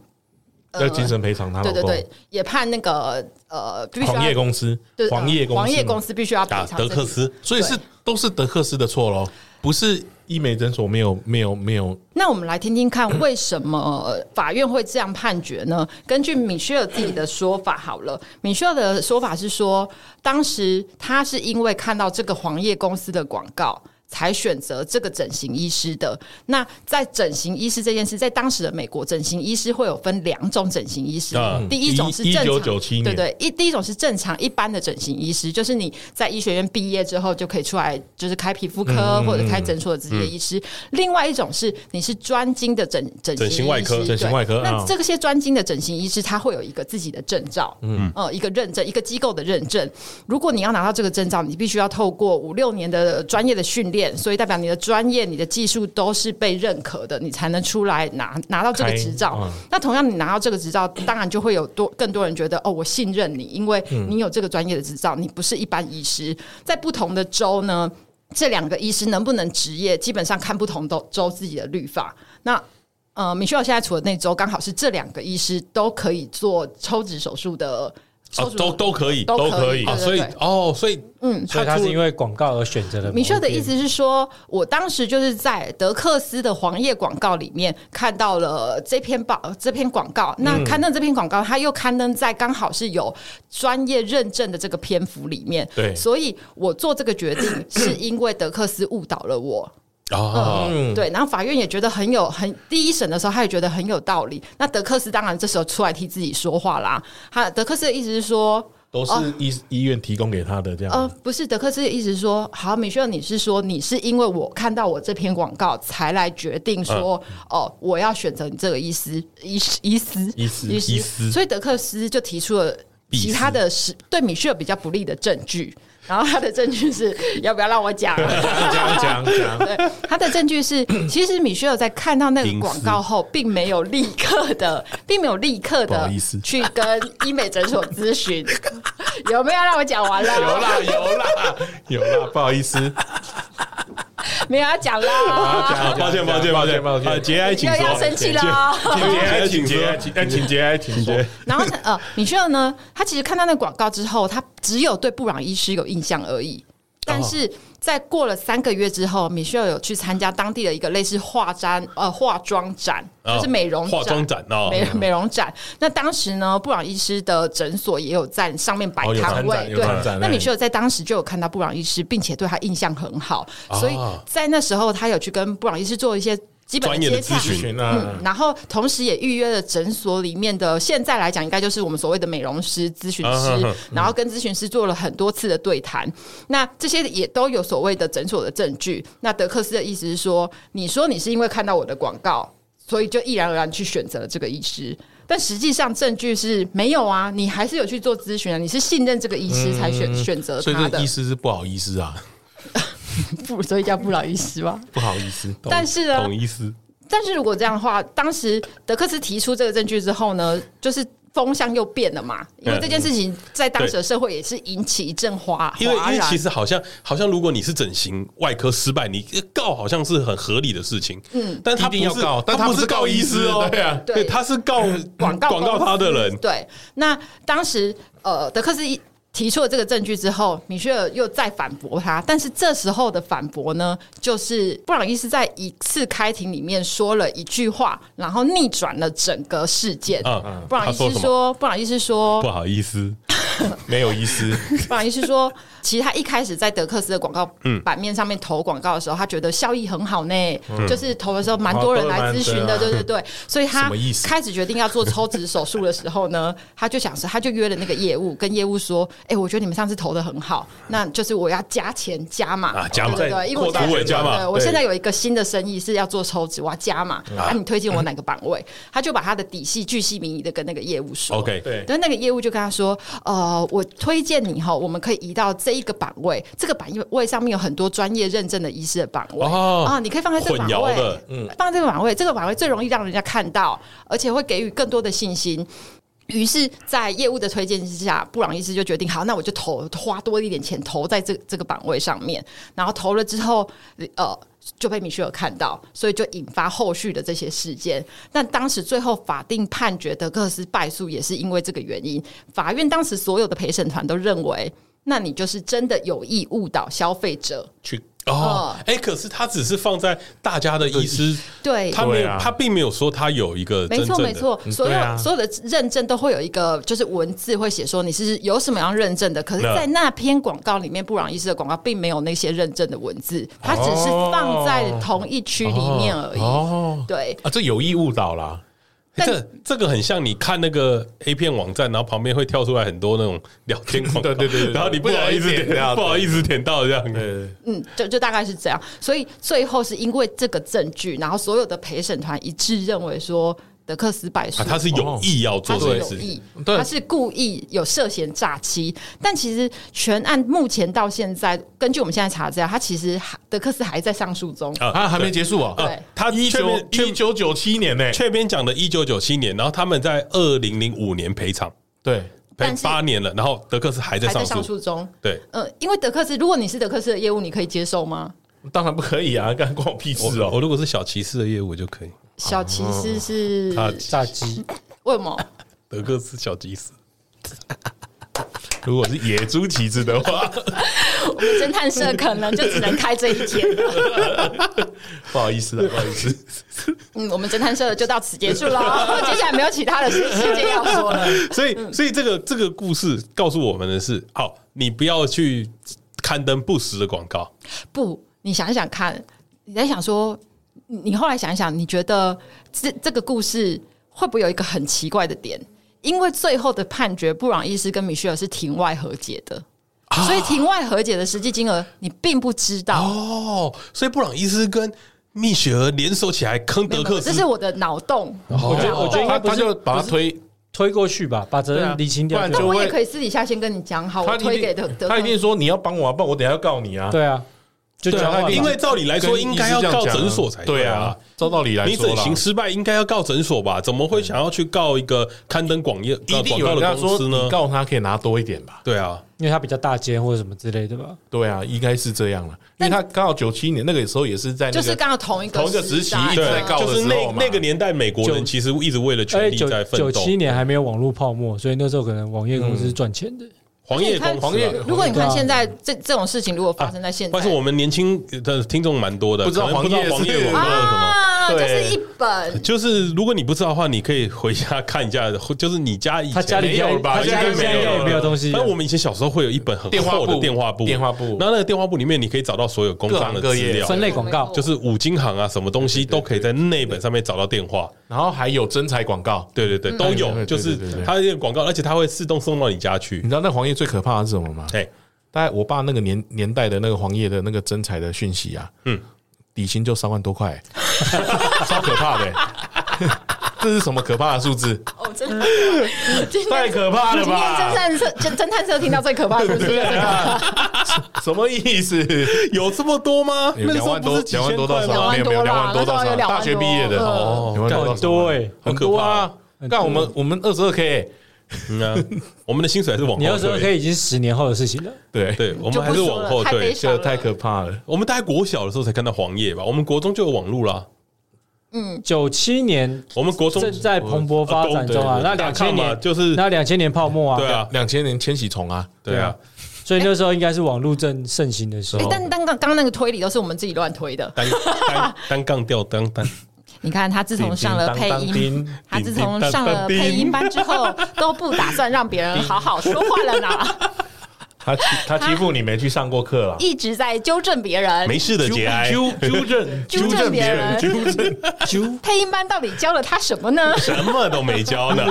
S5: 要精神赔偿她老
S6: 呃
S5: 哦
S6: 对
S5: 公。
S6: 对对，也判那个呃，必须
S5: 黄业
S6: 要
S5: 公司
S6: 对，呃
S5: 黄业公司，
S6: 黄业公司必须要赔
S9: 打
S6: 偿
S9: 德克
S6: 这笔。
S9: 斯，
S5: 所以是都是德克斯的错喽，不是医美诊所没有没有没有
S6: 那我们来听听看，为什么呃法院会这样判决呢？根据米歇尔自己的说法，好了，米歇尔的说法是说，当时他是因为看到这个黄业公司的广告。才选择这个整形医师的。那在整形医师这件事，在当时的美国，整形医师会有分两种整形医师，
S5: 啊
S9: 嗯
S6: 第一种是正常，
S5: 1997年
S6: 对对对，一第一种是正常一般的整形医师，就是你在医学院毕业之后就可以出来，就是开皮肤科、或者开诊所的职业医师。另外一种是你是专精的整整
S9: 整形
S6: 医
S9: 外科
S6: 师
S5: 整形
S6: 对
S5: 外科
S6: 那
S5: 啊
S6: 这些专精的整形医师，他会有一个自己的证照，嗯，呃，一个认证，一个机构的认证。如果你要拿到这个证照，你必须要透过五六年的专业的训练，所以代表你的专业、你的技术都是被认可的，你才能出来拿拿到这个
S5: 开
S6: 执照。
S5: 嗯
S6: 那同样，你拿到这个执照，当然就会有多更多人觉得哦，我信任你，因为
S5: 嗯
S6: 你有这个专业的执照，你不是一般医师。在不同的州呢，这两个医师能不能执业，基本上看不同州州自己的律法。那呃，米歇尔现在处的那州刚好是这两个医师都可以做抽脂手术的
S2: 啊
S6: 受辱
S5: 哦
S2: 都都可以
S6: 都可以
S2: 啊，
S6: 对
S2: 所
S6: 对
S2: 以
S6: 对
S2: 哦，所以
S6: 嗯，
S7: 所以他
S2: 除
S7: 是因为广告而选择了。
S6: 米秀的意，思是说，我当时就是在德克斯的黄页广告里面看到了这篇报呃这篇广告。那刊登这篇广告，它又刊登在刚好是有专业认证的这个篇幅里面。
S2: 对
S6: 所以我做这个决定是因为德克斯误导了我。
S2: 啊，
S6: 对，然后法院也觉得很有很第一审的时候，他也觉得很有道理。那德克斯当然这时候出来替自己说话啦。他德克斯的意思是说，
S5: 都
S6: 哦
S5: 是医医院提供给他的这
S6: 呃
S5: 样，，
S6: 不是，德克斯的意思是说，好，米秀，你是说你是因为我看到我这篇广告才来决定说，哦，我要选择你这个医师，医师医师，
S5: 医师
S6: 医师
S5: 医师
S6: 所以德克斯就提出了
S2: 必
S6: 其他的是对米秀比较不利的证据，然后他的证据是要不要让我 讲？啊
S5: 讲讲讲，
S6: 对，他的证据是，其实米歇尔在看到那个广告后，并没有立刻的，并没有立刻
S5: 不好
S6: 的
S5: 意思
S6: 去跟医美诊所咨询， 有没有让我讲完了？有啦，
S5: 有啦有啦，不好意思，
S6: 没有要 讲啦，
S2: 啊抱歉抱歉
S5: 抱
S2: 抱
S5: 歉呃
S2: 歉
S5: 抱歉
S2: 啊，节哀请
S6: 又
S2: 说，
S6: 要生气了哦。
S2: 节哀
S5: 哎请
S2: 请说，
S5: 节，请请节哀，请说，
S6: 然后呢呃，米歇尔呢，他其实看到那广告之后，他只有对布朗医师有印象而已，但
S2: 哦
S6: 是。在过了三个月之后，米歇尔有去参加当地的一个类似化妆呃化妆展，
S2: 啊
S6: 就是美容
S2: 化妆展哦，
S6: 美美容展。那当时呢，布朗医师的诊所也有在上面摆
S5: 哦有
S6: 摊
S5: 参
S6: 位，
S5: 展有参
S6: 对
S5: 展。
S6: 那
S5: 哎
S6: 米歇尔在当时就有看到布朗医师，并且对他印象很好，所以在那时候他有去跟布朗医师做一些基本
S2: 哦专业的
S6: 接洽
S2: 咨。询
S5: 行
S6: 嗯
S5: 啊，，
S6: 然后同时也预约了诊所里面的，现在来讲应该就是我们所谓的美容师、咨询
S5: 嗯
S2: 啊哈哈
S6: 师，然后跟咨询师做了很多次的对谈。那这些也都有所谓的诊所的证据。那德克斯的意思是说，你说你是因为看到我的广告，所以就毅然而然去选择了这个医师。但实际上证据是没有啊，你还是有去做咨询啊，你是信任这个医师才选、选择
S5: 嗯所以
S6: 他
S5: 这
S6: 的
S5: 医，师是不好意思啊，
S6: 不 所以叫不老医师吧。
S5: 不好意思，懂
S6: 但是呢，啊
S2: 懂意思
S6: 但是如果这样的话，当时德克斯提出这个证据之后呢，就是风向又变了嘛，因为这件事情在当时的社会也是引起一阵哗
S2: 因为因
S6: 哗
S2: 为
S6: 然
S2: 其。实好像好像，如果你是整形外科失败，你告好像是很合理的事情。嗯，但他
S5: 一定要
S2: 不是
S5: 告但他
S2: 他
S5: 不
S2: 不
S5: 是
S2: 是
S5: 告
S2: 告
S5: 医
S2: 医
S5: 师
S2: 师哦，
S5: 对啊
S6: 对
S2: 他是告
S6: 广告
S2: 广告他的
S6: 公司
S2: 人，
S6: 对，那当时呃，德克斯一提出了这个证据之后，米歇尔又再反驳他，但是这时候的反驳呢，就是布朗医师在一次开庭里面说了一句话，然后逆转了整个事件。
S2: 啊
S6: 布朗
S2: 他
S6: 医
S2: 说
S6: 师
S2: 什么
S6: 说，布朗医师说，
S2: 不好意思，
S5: 没有意思，
S6: 不好意思说，其实他一开始在德克斯的广告版面上面投广告的时候，他觉得效益很好呢，就是投的时候蛮多人来咨询
S5: 哦
S6: 的，
S5: 多
S6: 对啊
S5: 人
S6: 对对，所以
S5: 什
S6: 他
S5: 么意思
S6: 开始决定要做抽脂手术的时候呢，他就想是，他就约了那个业务，跟业务说，哎，我觉得你们上次投的很好，那就是我要加钱加码
S2: 啊加码
S6: 对对对，因为我
S2: 扩大
S6: 现在
S2: 部位加码
S6: 对我现在有一个新的生意是要做抽脂，我要加码，啊，你推荐我哪个版位？他就把他的底细巨细靡遗的跟那个业务说
S2: OK
S5: 对
S6: 但那个业务就跟他说：“呃，我推荐你哈，我们可以移到这一个版位，这个版位上面有很多专业认证的医师的版位
S2: 哦
S6: 啊，你可以放在这
S2: 混
S6: 个版
S2: 淆嗯
S6: 位
S2: 的，
S6: 放在这个版位，这个版位最容易让人家看到，而且会给予更多的信心。”于是，在业务的推荐之下，布朗医师就决定，好，那我就投花多一点钱投在这这个版位上面。然后投了之后，呃，就被米歇尔看到，所以就引发后续的这些事件。那当时最后法定判决德克斯败诉，也是因为这个原因。法院当时所有的陪审团都认为，那你就是真的有意误导消费者。
S2: 去哦，哎，可是他只是放在大家的医师，
S6: 对，
S2: 他没
S5: 对
S2: 有
S5: 啊，
S2: 他并没有说他有一个
S6: 没
S2: 真
S6: 错，
S2: 正
S6: 没
S2: 的。
S6: 错，所有、
S5: 对啊
S6: 嗯所有的认证都会有一个，就是文字会写说你是有什么样认证的。可是，
S2: 那
S6: 在那篇广告里面，布朗医师的广告并没有那些认证的文字，它只是放在同一区里面而已。
S5: 哦
S6: 对，
S5: 啊，这有意误导啦，
S2: 哎
S6: 但
S2: 这这个很像你看那个 A 片网站，然后旁边会跳出来很多那种聊天广告，
S5: 对对对对
S2: 然后你不
S5: 不
S2: 好
S5: 小心
S2: 意思
S5: 点到
S2: 点，不好意思点到这样，
S5: 呃，
S6: 嗯，就就大概是这样。所以最后是因为这个证据，然后所有的陪审团一致认为说德克斯败诉、
S2: 啊他是有意要做
S6: 他
S2: 这
S6: 是
S2: 件
S6: 有
S2: 事情。
S6: 意，他是故意有涉嫌诈欺。但其实全案目前到现在，根据我们现在查资料，他其实还德克斯还在上诉中。
S5: 啊，还没结束啊，
S6: 对，
S2: 他
S5: 一
S2: 确
S5: 九
S2: 边
S5: 一九九七年呢，
S2: 确边讲的一九九七年，然后他们在二零零五年赔偿
S5: 对，
S2: 赔
S6: 但是
S2: 八年了，然后德克斯还在
S6: 还在
S2: 上
S6: 上
S2: 诉，
S6: 诉中。
S2: 对，
S6: 呃，因为德克斯，如果你是德克斯的业务，你可以接受吗？
S5: 当然不可以啊，干关我屁事
S2: 我
S5: 哦，
S2: 我如果是小骑士的业务我就可以，哦
S6: 小骑士是
S2: 他
S7: 炸鸡
S6: 为什么？
S2: 德克斯小骑士
S5: 如果是野猪旗帜的 话，
S4: 我们侦探社可能就只能开这一天了。
S5: 不好意思啊，不好意思。
S4: 嗯，我们侦探社就到此结束 了，接下来没有其他的事情要说了。
S2: 所以，所以这个这个故事告诉我们的是：好，你不要去刊登不实的广告。
S6: 不，你想一想看，你在想说，你你后来想一想，你觉得这这个故事会不会有一个很奇怪的点？因为最后的判决，布朗医师跟米歇尔是庭外和解的，所以庭外和解的实际金额你并不知道。
S2: 啊哦，所以布朗医师跟蜜雪儿联手起来坑
S6: 没
S2: 德
S6: 有
S2: 克
S6: 这是
S2: 斯，哦
S6: 我的脑洞。
S7: 我
S5: 哦
S7: 觉得我觉得应该
S5: 他
S7: 不
S5: 他
S7: 是
S5: 就把他推，
S7: 推过去吧，把责
S5: 对啊
S7: 任理清掉
S5: 不然
S7: 就
S5: 就
S7: 好。
S6: 我也
S5: 会
S6: 可以私底下先跟你讲好，
S5: 他
S6: 我
S5: 一定
S6: 推给德德
S5: 他一
S6: 克
S5: 定
S6: 斯
S5: 说你要帮我啊，不然我等一下要告你啊。
S7: 对啊，就
S2: 对
S7: 讲
S2: 啊
S7: 话，
S2: 因为照理来说
S5: 跟
S2: 应该要
S5: 医师这样
S2: 告
S5: 讲啊
S2: 诊所才
S5: 对啊
S2: 啊。。
S5: 照道理来
S2: 你
S5: 说
S2: 整
S5: 啦，
S2: 形失败应该要告诊所吧？怎么会想要去告一个刊登广业
S5: 一
S2: 呃
S5: 定
S2: 广告
S5: 有人跟他
S2: 的
S5: 说
S2: 公司
S5: 你
S2: 呢？
S5: 啊告他可以拿多一点吧？
S2: 对啊，
S7: 因为他比较大间或者什么之类的吧。
S5: 对啊，应该是这样了，因为他刚好九七年那个时候也是在那
S6: 就
S5: 个
S6: 是刚好同一个
S5: 同一个时期
S6: 代
S5: 一直
S2: 对
S5: 在
S6: 嗯
S5: 告的
S2: 就是
S5: 时
S2: 那
S5: 候嘛哎
S2: 那个年代，美国人其实一直为了
S7: 而
S2: 权
S7: 且
S2: 利
S7: 哎九
S2: 在奋
S7: 九
S2: 斗。嗯
S7: 七年还没有网络泡沫，所以那时候可能网页公司是赚钱的。
S2: 黄叶
S6: 而且你
S2: 公
S6: 看
S2: 司啊
S5: 黄叶
S6: 如果你看
S7: 对啊
S6: 现在这这种事情，如果发生在
S5: 啊
S6: 现在，
S2: 但是我们年轻的听众蛮多的，
S5: 不知道
S2: 可能不知道
S5: 黄
S2: 黄
S5: 叶
S2: 叶
S5: 是
S2: 广 告是什么。
S4: 啊，
S5: 对
S4: 就是一本
S2: 就是如果你不知道的话，你可以回家看一下，或就是你家以前
S7: 他家里
S5: 没有
S7: 应该
S2: 啊
S5: 吧
S7: 他家里
S5: 应
S7: 应
S5: 该
S7: 该
S5: 没有
S7: 也没有东西。
S2: 但我们以前小时候会有一本很厚的电
S5: 电
S2: 话
S5: 话
S2: 簿，
S5: 簿电话簿
S2: 然后那个电话簿里面你可以找到所有工商的
S5: 各行各
S2: 资
S5: 业
S2: 料，
S7: 分类广告，
S2: 就是五金行啊，什么东西都可以在那本上面找到电话。
S5: 然后还有真材广告，
S2: 对对对，嗯都有，
S5: 对对对
S2: 就是
S5: 对对对
S2: 它有广告，而且它会自动送到你家去
S5: 你。知道那黄页最可怕的是什么吗？
S2: 哎，
S5: 大概我爸那个年年代的那个黄页的那个真材的讯息啊，
S2: 嗯
S5: 嗯，底薪就三万多块、 超可怕的、 这是什么可怕的数字？
S4: 哦，真的。今
S5: 太
S4: 天
S5: 可怕了
S4: 今天侦
S5: 吧！
S4: 探社侦侦探社听到最可怕的故 事就是这个。
S5: 什么意思？
S2: 有这么哎多吗？
S5: 有
S2: 那个时
S5: 两
S2: 候
S5: 万
S2: 不
S5: 多
S2: 是，几
S5: 两万
S2: 千
S5: 多
S2: 块
S5: 到
S2: 吗
S5: 什么？没有没有，
S4: 两
S5: 两
S4: 万
S5: 万
S4: 多
S5: 多到
S4: 啦
S5: 什么？
S4: 那时候有两万多
S5: 大学毕业的
S4: 嗯
S5: 哦，两万多到
S7: 很
S5: 什么
S7: 多
S2: 欸
S7: 哎。
S5: 很多啊！干我们我们二十二 k，
S2: 嗯啊，我们的薪水还是往
S7: 你要
S2: 后
S7: 说可
S2: 退。
S7: 以已经十年后的事情了，
S5: 对，
S2: 对，我们还是往后
S4: 就不说了太
S2: 退
S4: 悲。
S5: 这太可怕了。
S2: 我们大概国小的时候才看到黄页吧，我们国中就有网络啦。
S6: 嗯
S7: 九七年
S2: 我们国中
S7: 正在蓬勃发展中啊
S2: 呃。
S7: 那
S2: 对对对
S7: 两千
S2: 打抗嘛
S7: 年
S2: 就是
S7: 那两千年泡沫
S2: 对
S7: 啊，
S2: 啊，
S5: 两千年千禧虫啊，
S2: 对啊，
S7: 所以那时候应该是网络正盛行的时
S6: 哎、
S7: 候。
S6: 但但刚刚那个推理都是我们自己乱推的。
S2: 单单单杠吊单 单
S6: 你看他自从上了配音，他自从上了配音班之后，都不打算让别人好好说话了 呢，
S5: 他欺他欺负你没去上过课啊了，
S4: 一直在纠正别人，
S2: 没 事的节哀。
S5: 纠纠正
S4: 纠正别人
S5: 纠 正
S4: 配音班到底教了他什么呢？
S2: 什么都没教 呢。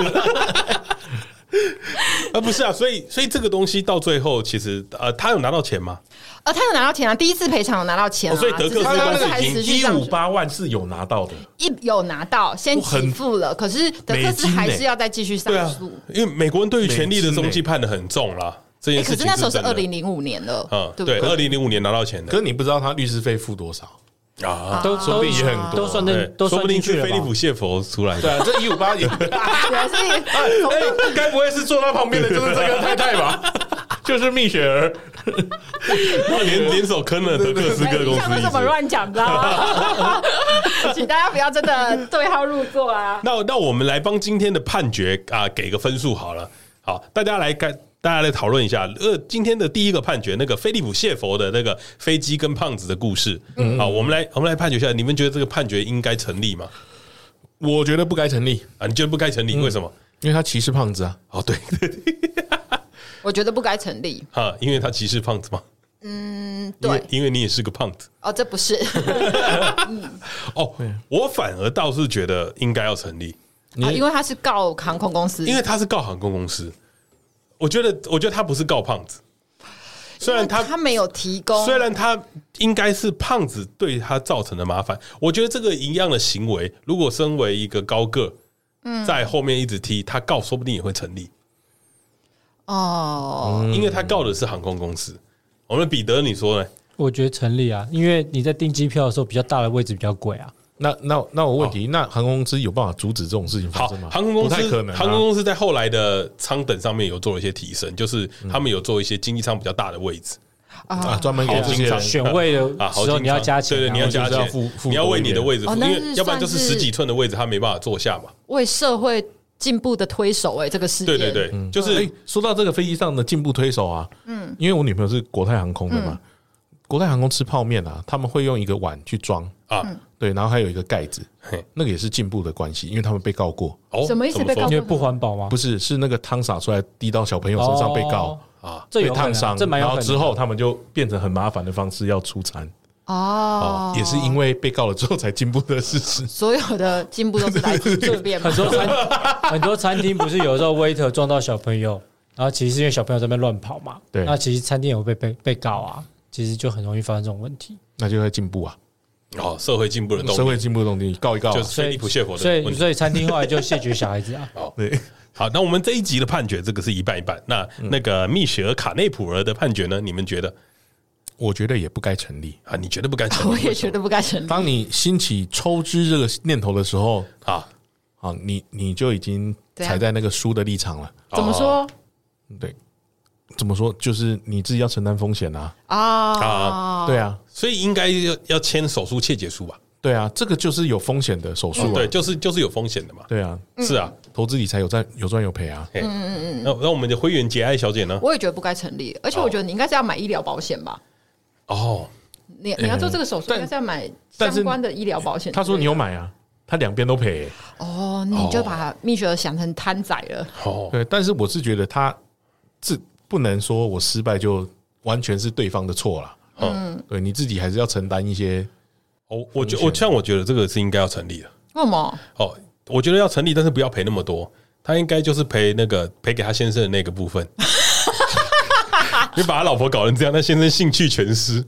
S2: 啊，不是啊，所以所以这个东西到最后，其实呃，他有拿到钱吗？
S6: 呃，他有拿到钱啊，第一次赔偿有拿到钱、啊
S2: 哦所以德克
S6: 只
S2: 士
S6: 是
S5: 他
S2: 他
S5: 那
S6: 公
S2: 那
S6: 司
S2: 个
S5: 个
S6: 还持
S5: 已
S6: 续
S5: 经一
S6: 上
S5: 五八万是有拿到的，
S6: 一有拿到，先
S5: 哇很
S6: 给付了，可是德克
S5: 美
S6: 斯
S5: 金
S6: 还
S5: 欸
S6: 是要再继续上
S2: 对啊啊
S6: 诉。，
S2: 因为美国人对于权力的
S5: 美金
S2: 中
S5: 欸
S2: 继判的很重啦。这
S6: 哎、
S2: 件
S6: 可
S2: 事
S6: 是
S2: 情
S6: 那时候是
S2: 真的
S6: 二零，零五年了，
S2: 嗯，
S6: 对不
S2: 对，
S6: 对？
S2: 二零零五年拿到钱
S5: 可
S2: 的
S5: 是你不知道他律师费付多少，
S2: 啊，
S7: 都
S5: 说不定也很多。
S7: 都算
S2: 对
S7: 进，都
S2: 说
S7: 算
S2: 不定
S7: 进去
S2: 是
S7: 了
S2: 菲利普
S7: 吧。
S2: 谢佛出来
S5: 对
S2: 的。
S5: 啊，这一五八也，
S4: 原来是
S5: 哎该不会是坐他旁边的就是这个太太 吧？就是蜜雪儿，
S2: 然后联联手坑了德克斯各公
S6: 哎
S4: 以上
S2: 司
S4: 都
S2: 一
S4: 是我们
S2: 次。
S4: 乱讲 的啊，请大家不要真的对号入座啊！
S2: 那那我们来帮今天的判决啊给个分数好了。好，大家来看，大家来讨论一下。呃，今天的第一个判决，那个菲利普谢佛的那个飞机跟胖子的故事。
S6: 嗯
S2: 好，我们来我们来判决一下，你们觉得这个判决应该成立吗？
S5: 我觉得不该成立，
S2: 啊，你觉得不该成
S6: 嗯
S2: 立？为什么？
S5: 因为他歧视胖子啊。
S2: 哦，对对对，
S6: 我觉得不该成立。
S2: 啊，因为他歧视胖子嘛。
S6: 嗯，
S2: 因为
S6: 对，
S2: 因为你也是个胖子
S6: 哦，这不是，
S2: 哦。我反而倒是觉得应该要成立，
S6: 啊因为他是告航空公司，
S2: 因为他是告航空公司。我觉得，我觉得他不是告胖子，虽然
S6: 因为他没有提供，
S2: 虽然他应该是胖子对他造成的麻烦，我觉得这个一样的行为，如果身为一个高个，在后面一直踢，他告说不定也会成立，
S6: 哦，
S2: 因为他告的是航空公司。我们彼得，你说呢？
S7: 我觉得成立啊，因为你在订机票的时候，比较大的位置比较贵啊。
S5: 那那那我问题，那航空公司有办法阻止这种事情发
S2: 好
S5: 生吗？，
S2: 航空公
S5: 不
S2: 司
S5: 太可能啊。
S2: 航空公司在后来的舱等上面有做了一些提升，就是
S5: 嗯
S2: 他们有做一些经济舱比较大的位置
S5: 啊，专门给这
S2: 好
S5: 些人
S2: 哦经
S7: 选位的
S2: 啊，好
S7: 时候
S2: 经
S7: 你要
S2: 舱
S7: 加钱啊，
S2: 对对，你要
S7: 我觉
S2: 加
S7: 得
S5: 就是要
S2: 钱
S5: 付，付
S2: 你要
S5: 多
S2: 为
S5: 一
S2: 你的
S5: 点
S2: 位置付，
S6: 哦
S2: 因
S6: 那是
S2: 为要不然就是
S6: 算是
S2: 十几寸的位置他没办法坐下嘛。
S6: 为社会进步的推手哎、这个事件，
S2: 对对对，就是
S5: 哎，说到这个飞机上的进步推手啊，嗯，因为我女朋友是国泰航空的
S7: 嗯
S5: 嘛，国泰航空吃泡面啊，他们会用一个碗去装
S2: 啊，
S7: 嗯
S5: 对，然后还有一个盖子
S2: 嘿，
S5: 那个也是进步的关系，因为他们被告过，
S2: 哦，
S4: 什么意思
S2: 怎
S4: 被
S2: 说
S4: 告
S7: 因为不环保吗？
S5: 不是是那个汤洒出来滴到小朋友手上被告
S7: 哦。
S2: 啊？
S7: 这
S5: 被
S7: 有可能
S5: 烫伤，
S7: 这蛮有
S5: 然后
S7: 可能
S5: 之后他们就变成很麻烦的方式要出餐
S6: 哦
S5: 哦，，也是因为被告了之后才进步的 事实。
S6: 所有的进步都是来自这边嘛
S7: 很。多餐 很多餐厅不是有时候 waiter 撞到小朋友，然后其实是因为小朋友在那边乱跑嘛，
S5: 对
S7: 那其实餐厅也会被被被告啊，其实就很容易发生这种问题。
S5: 那就在进步啊，
S2: 哦，社会进步的
S5: 社
S2: 动力
S5: 会进步的动力，告一告啊、
S2: 就是
S7: 所
S2: 菲
S7: 以
S2: 利普谢佛
S7: 所
S2: 的问
S7: 以
S2: 题。
S7: 所以餐厅后来就谢绝小孩子啊，
S5: 对，
S2: 好，那我们这一集的判决，这个是一半一半。那
S6: 嗯
S2: 那个蜜雪儿卡内普尔的判决呢？你们觉得
S5: 我觉得也不该成立。
S2: 啊？你绝对不敢承认？
S6: 我也觉得不该成立。
S5: 当你兴起抽脂这个念头的时候，
S2: 啊，
S5: 啊，你你就已经
S6: 怎样
S5: 踩在那个输的立场了。
S6: 怎么说
S5: 对，怎么说？就是你自己要承担风险啊。
S6: 啊？
S5: 对啊，
S2: 所以应该要要签手术切结书吧？
S5: 对啊，这个就是有风险的手术啊。
S2: 对，就是就是有风险的嘛。
S5: 对啊，
S2: 是啊，
S5: 投资理财有赚有赚有赔啊。
S2: 嘿那那我们的灰原节哀小姐呢？
S6: 我也觉得不该成立，而且我觉得你应该是要买医疗保险吧。
S2: 哦，
S6: 你你要做这个手术，
S5: 但
S6: 应该是要买
S5: 但是
S6: 相关的医疗保险。
S5: 他说你有买啊，他两边都赔欸、
S6: 哦，你就把蜜雪儿想成贪仔了。
S2: 哦，
S5: 对，但是我是觉得他这不能说我失败就完全是对方的错啦。
S2: 嗯，
S5: 对，你自己还是要承担一些。
S2: 哦，我觉我像我觉得这个是应该要成立的。
S6: 为什么？
S2: 哦，我觉得要成立，但是不要赔那么多。他应该就是赔那个赔给他先生的那个部 分。你把他老婆搞成这样，那先生兴趣全失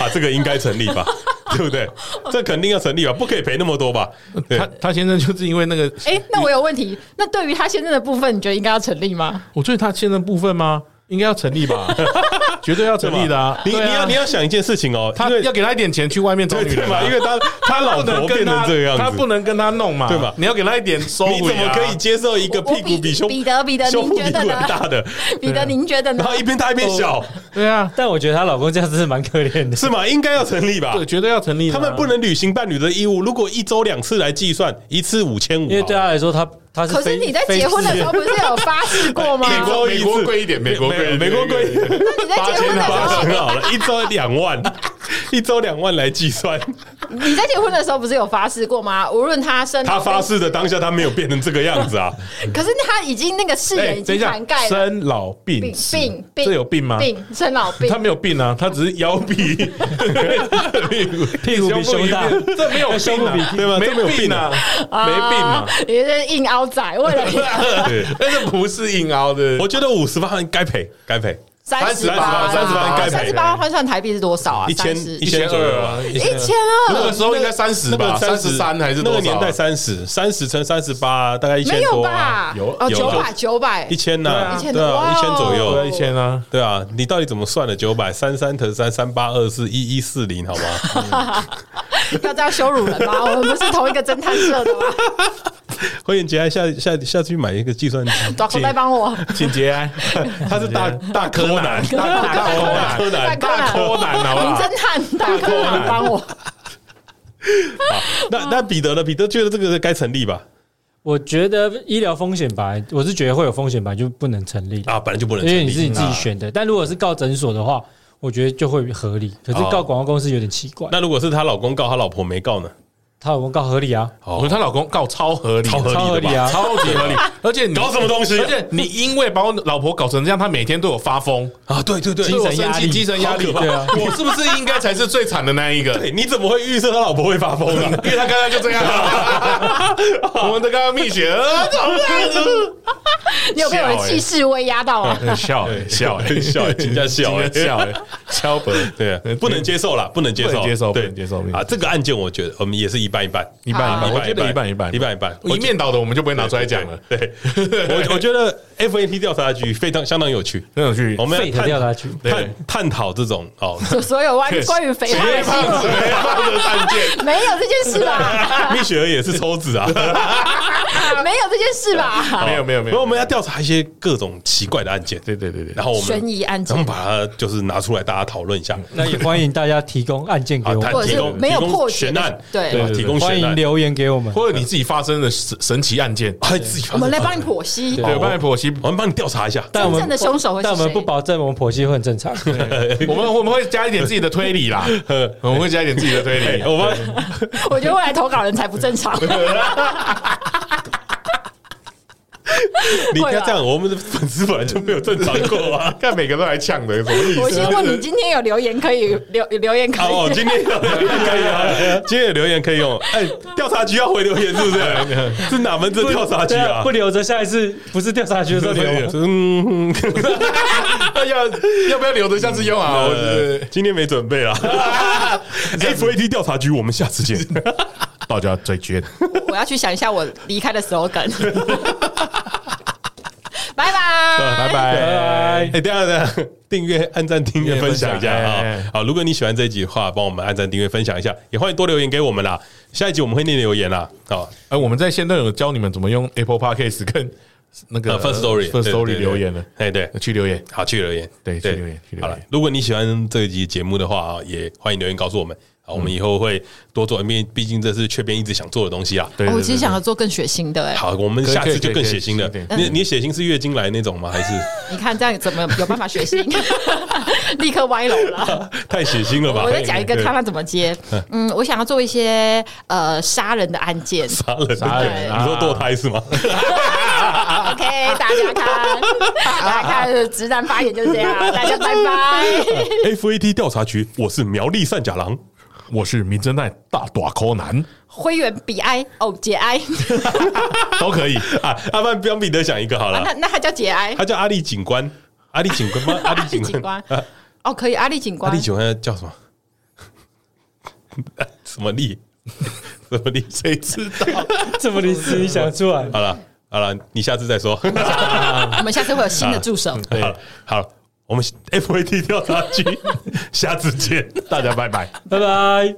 S2: 啊，这个应该成立 吧？对不对？这肯定要成立吧？不可以赔那么多吧？对
S5: 他，他先生就是因为那个，
S6: 哎，那我有问题。那对于他先生的部分，你觉得应该要成立吗？
S5: 我觉得他先生部分吗？应该要成立吧，绝对要成立的啊！
S2: 你你
S5: 对啊
S2: 要你要想一件事情哦，
S5: 他
S2: 因为
S5: 要给他一点钱去外面找
S2: 对
S5: 女
S2: 对
S5: 人啊
S2: 嘛，因为他他老
S5: 不能
S2: 婆
S5: 跟
S2: 变
S5: 他
S2: 成这个样子，
S5: 他不能跟他弄嘛，
S2: 对嘛
S5: 你要给他一点收回啊
S2: 你怎么可以接受一个
S6: 我
S2: 屁股比胸
S6: 彼得彼得，
S2: 胸
S6: 您
S2: 部
S6: 觉
S2: 比
S6: 得
S2: 腿
S6: 呢？
S2: 大 的，
S6: 彼得，您觉得呢
S2: 然？后一边大一边小，
S5: 对啊，
S7: 但我觉得她老公这样真是蛮可怜的。
S2: 是吗？应该要成立吧？
S5: 对，绝对要成立的
S2: 他
S5: 啊。
S2: 们不能履行伴侣的义务。如果一周两次来计算，一次五千五，
S7: 因为
S5: 啊
S7: 对他来说，他他是
S6: 可是
S7: 非
S6: 你在结婚的时候不是有发誓过 吗？
S2: 美国
S5: 美国贵一点，美国贵一点，
S2: 美国贵
S6: 那你在
S2: 八
S6: 结
S2: 千
S6: 婚的时
S2: 八
S6: 候，
S2: 千好了，一周两万， 一周两万来计算。
S6: 你在结婚的时候不是有发誓过吗？无论他生，
S2: 他发，誓的当下，他没有变成这个样子 啊！
S6: 可是他已经那个誓言
S5: 哎，
S6: 已
S5: 等一
S6: 经
S5: 下
S6: 涵，盖了
S5: 生老病
S6: 病
S5: 死
S6: 病病，
S5: 这有病吗？
S6: 病生老病
S5: 他。没有病啊，他只是腰 比屁股
S7: 屁股比胸大
S5: 一变这没有
S7: 胸
S5: 病
S7: 部比
S5: 啊，对吧？
S2: 没
S5: 这没有病啊，没病
S6: 啊
S5: 啊，！
S6: 你这硬凹仔，为了
S2: 对，
S5: 但是不是硬凹的
S2: 我？觉得五十万该赔，该赔
S6: 三
S5: 十
S6: 十
S5: 八
S6: 八，
S5: 三十八
S2: 该赔
S6: 三十八换算台币是多少啊？
S2: 一千
S6: 30
S2: 一千左右啊。
S5: 一
S6: 一
S5: 千
S6: 千
S5: 二
S6: 二，
S5: 那个时候应该三十吧，三十三还是
S2: 那
S5: 多
S2: 个
S5: 少？
S2: 年代三十，三十乘三十八，大概一
S6: 没
S2: 千
S6: 有
S2: 多啊
S6: 吧？，哦，九百九百
S2: 一，千呐，
S6: 对啊
S2: 对啊，
S6: 哇哦
S2: 一千左
S5: 对啊，
S2: 右
S5: 一。千啊，
S2: 对啊，你到底怎么算的？九百三三乘三三八二四一一四零，好 吗？
S6: 要这样羞辱人吗？我们不是同一个侦探社的吗？
S2: 会员节还下下下去买一个计算 机，
S6: 抓口袋帮我，
S5: 请节哀，
S2: 他是大大柯南，
S5: 大大
S2: 大柯
S5: 柯南，
S2: 南，
S5: 大柯南，好不
S6: 名
S5: 好？
S6: 侦探大柯南帮我。
S2: 那那彼得呢？彼得觉得这个该成立吧？
S7: 我觉得医疗风险吧，我是觉得会有风险吧，就不能成立，
S2: 啊，本来就不能
S7: 因
S2: 成立，啊
S7: 为你是你自己选的。但如果是告诊所的话，我觉得就会合理。可是告广告公司有点奇怪
S2: 那。如果是她老公告，她老婆没告呢？
S7: 她老公告合理啊，
S5: 我觉得她老公告哦超合理，
S2: 超合理的吧
S7: 超合理啊，
S5: 超级合 理，而且你
S2: 搞什么东西啊
S5: 而且你因为把我老婆搞成这样，她每天对我发疯，
S2: 啊，对对对
S5: 对我生气，精神压力，
S2: 好可怕
S7: 对啊
S5: 我是不是应该才是最惨的那一个？
S2: 对，哎你怎么会预测她老婆会发疯呢？
S5: 因为他刚刚就 这样啊，我们的刚刚蜜雪儿怎么
S6: 你有被我的气势威压到 啊？
S5: 样？笑笑欸
S2: 笑，人家笑，
S5: 笑欸笑本
S2: 对，不能接受啦，不能接
S5: 不
S2: 受，
S5: 能接受
S2: 对
S5: 不能接受不能接受
S2: 啊！这个案件，我觉得我们也是一半一半，
S5: 一半一半，我觉得一半一半，
S2: 一半一半。
S5: 一面倒的我们就不会拿出来讲了。
S2: 对，我我觉得 FAT 调查局非常相当有趣，
S5: 很有趣
S2: 我，们
S7: 废
S2: 要
S7: 的掉
S2: 探
S7: 下去。
S2: 探探讨这种 哦，
S6: 所所有关于关于肥胖
S5: 哎
S6: 的新闻
S5: 的案 件，
S6: 没有这件事吧？
S2: 蜜雪儿也是抽脂啊，
S4: 没有这件事吧？
S5: 没有没有
S2: 没
S5: 没
S2: 有，我
S5: 有，
S2: 们要调查一些各种奇怪的案件，
S5: 对对对对，
S2: 然后我
S6: 悬
S2: 们
S6: 疑案件
S2: 然后把它就是拿出来大家讨论一下。
S5: 嗯
S7: 那也欢迎大家提供案件给
S2: 啊，
S7: 我
S2: 他
S7: 们，
S4: 或者
S2: 提
S4: 是
S2: 供
S4: 没有
S2: 提供
S4: 破解
S2: 悬
S4: 的
S2: 案，
S4: 对
S2: 啊提供
S7: 欢
S2: 悬
S7: 迎
S2: 案，
S7: 留言给我们。
S5: 或者你自己发生的神神奇案件，
S2: 还啊自己发
S6: 我们来
S2: 生
S6: 帮你剖析。
S5: 对，我帮你剖析。
S2: 我们帮你调查一下。
S7: 但我们
S6: 真正的凶手会是
S7: 但我们
S6: 谁
S7: 不保证我们剖析会很正常。
S5: 我 们我们会加一点自己的推理 啦，我们会加一点自己的推 理。。
S2: 我们
S4: 我觉得未来投稿人才不正常。
S2: 你不要这样，我们的粉丝本来就没有正常过啊
S5: 看每个都来呛的，什么意
S4: 我先
S5: 思？
S4: 问你，今天有留言可以留留言可
S2: 好哦，
S4: 以？
S2: 今天有留言可以啊，今天有留言可以用。哎，调查局要回留言是不 是？是哪门子调查局
S7: 对
S2: 啊
S7: 不？留着下一次不是调查局的时候留。
S2: 嗯，
S5: 要要不要留着下次用啊？我
S2: 呃
S5: 是，
S2: 今天没准备 啊。FAT 调查局，我们下次见。
S5: 大家再见。
S6: 我要去想一下我离开的 slogan。拜拜。
S5: 拜 拜。
S2: 哎，等一下等一下，订阅、按赞、订阅、分享一下
S5: 哎
S2: 啊
S5: 哎！
S2: 好，如果你喜欢这一集的话，帮我们按赞、订阅、分享一下，也欢迎多留言给我们啦。下一集我们会念留言啦。好，
S5: 哎，我们在线都有教你们怎么用 Apple Podcast 跟那个
S2: 呃，First Story
S5: First
S2: 对
S5: Story
S2: 对对
S5: 留言了，
S2: 哎，对，
S5: 去留言。
S2: 好，去留言，
S5: 对去留言去留
S2: 好
S5: 言
S2: 了，如果你喜欢这一集节目的话啊，也欢迎留言告诉我们啊，
S5: 嗯
S2: 我们以后会多做，因为毕竟这是雀边一直想做的东西啊。
S5: 对，
S6: 哦
S5: 对
S6: 我其实想要做更血腥的哎、
S2: 好，我们
S5: 可以
S2: 下
S5: 可
S2: 次
S5: 以
S2: 就
S5: 可
S2: 更
S5: 以可
S2: 血
S5: 以
S2: 腥了
S5: 对。
S2: 你你血腥是月经来那种吗？还
S6: 你看这样怎么有办法血腥？ 立刻歪楼了。
S2: 是太血腥了吧？
S6: 我再讲一个， 看他怎么接。嗯，我想要做一些呃杀人的案件。
S2: 杀人，
S5: 杀人啊
S2: 你说堕胎 是吗？
S4: OK，大家看，大家看，直男发言就 是这样，大家拜拜。
S2: FAT 调查局，我是苗栗善假郎，
S5: 我是名侦探大短柯南，
S6: 灰原比哀哦，节 哀，
S2: 都可以啊。阿曼帮彼得想一个好了，
S5: 啊
S6: 那那他叫节哀
S2: 他叫阿力警官，阿力警官 吗？阿力警
S6: 警
S2: 官
S6: 官
S2: 啊，
S6: 哦，可以阿力警
S2: 阿
S6: 官
S2: 力警官叫什么？ 什么力？ 什么力？
S5: 谁知道？
S7: 这么临时你想出来，
S2: 好了好了，你下次再说。
S6: 我们下次会有
S2: 啊
S6: 新的助手。
S2: 好了好 了，我们 FAT 调查局，下次见。
S5: 大家拜拜。
S7: 拜拜。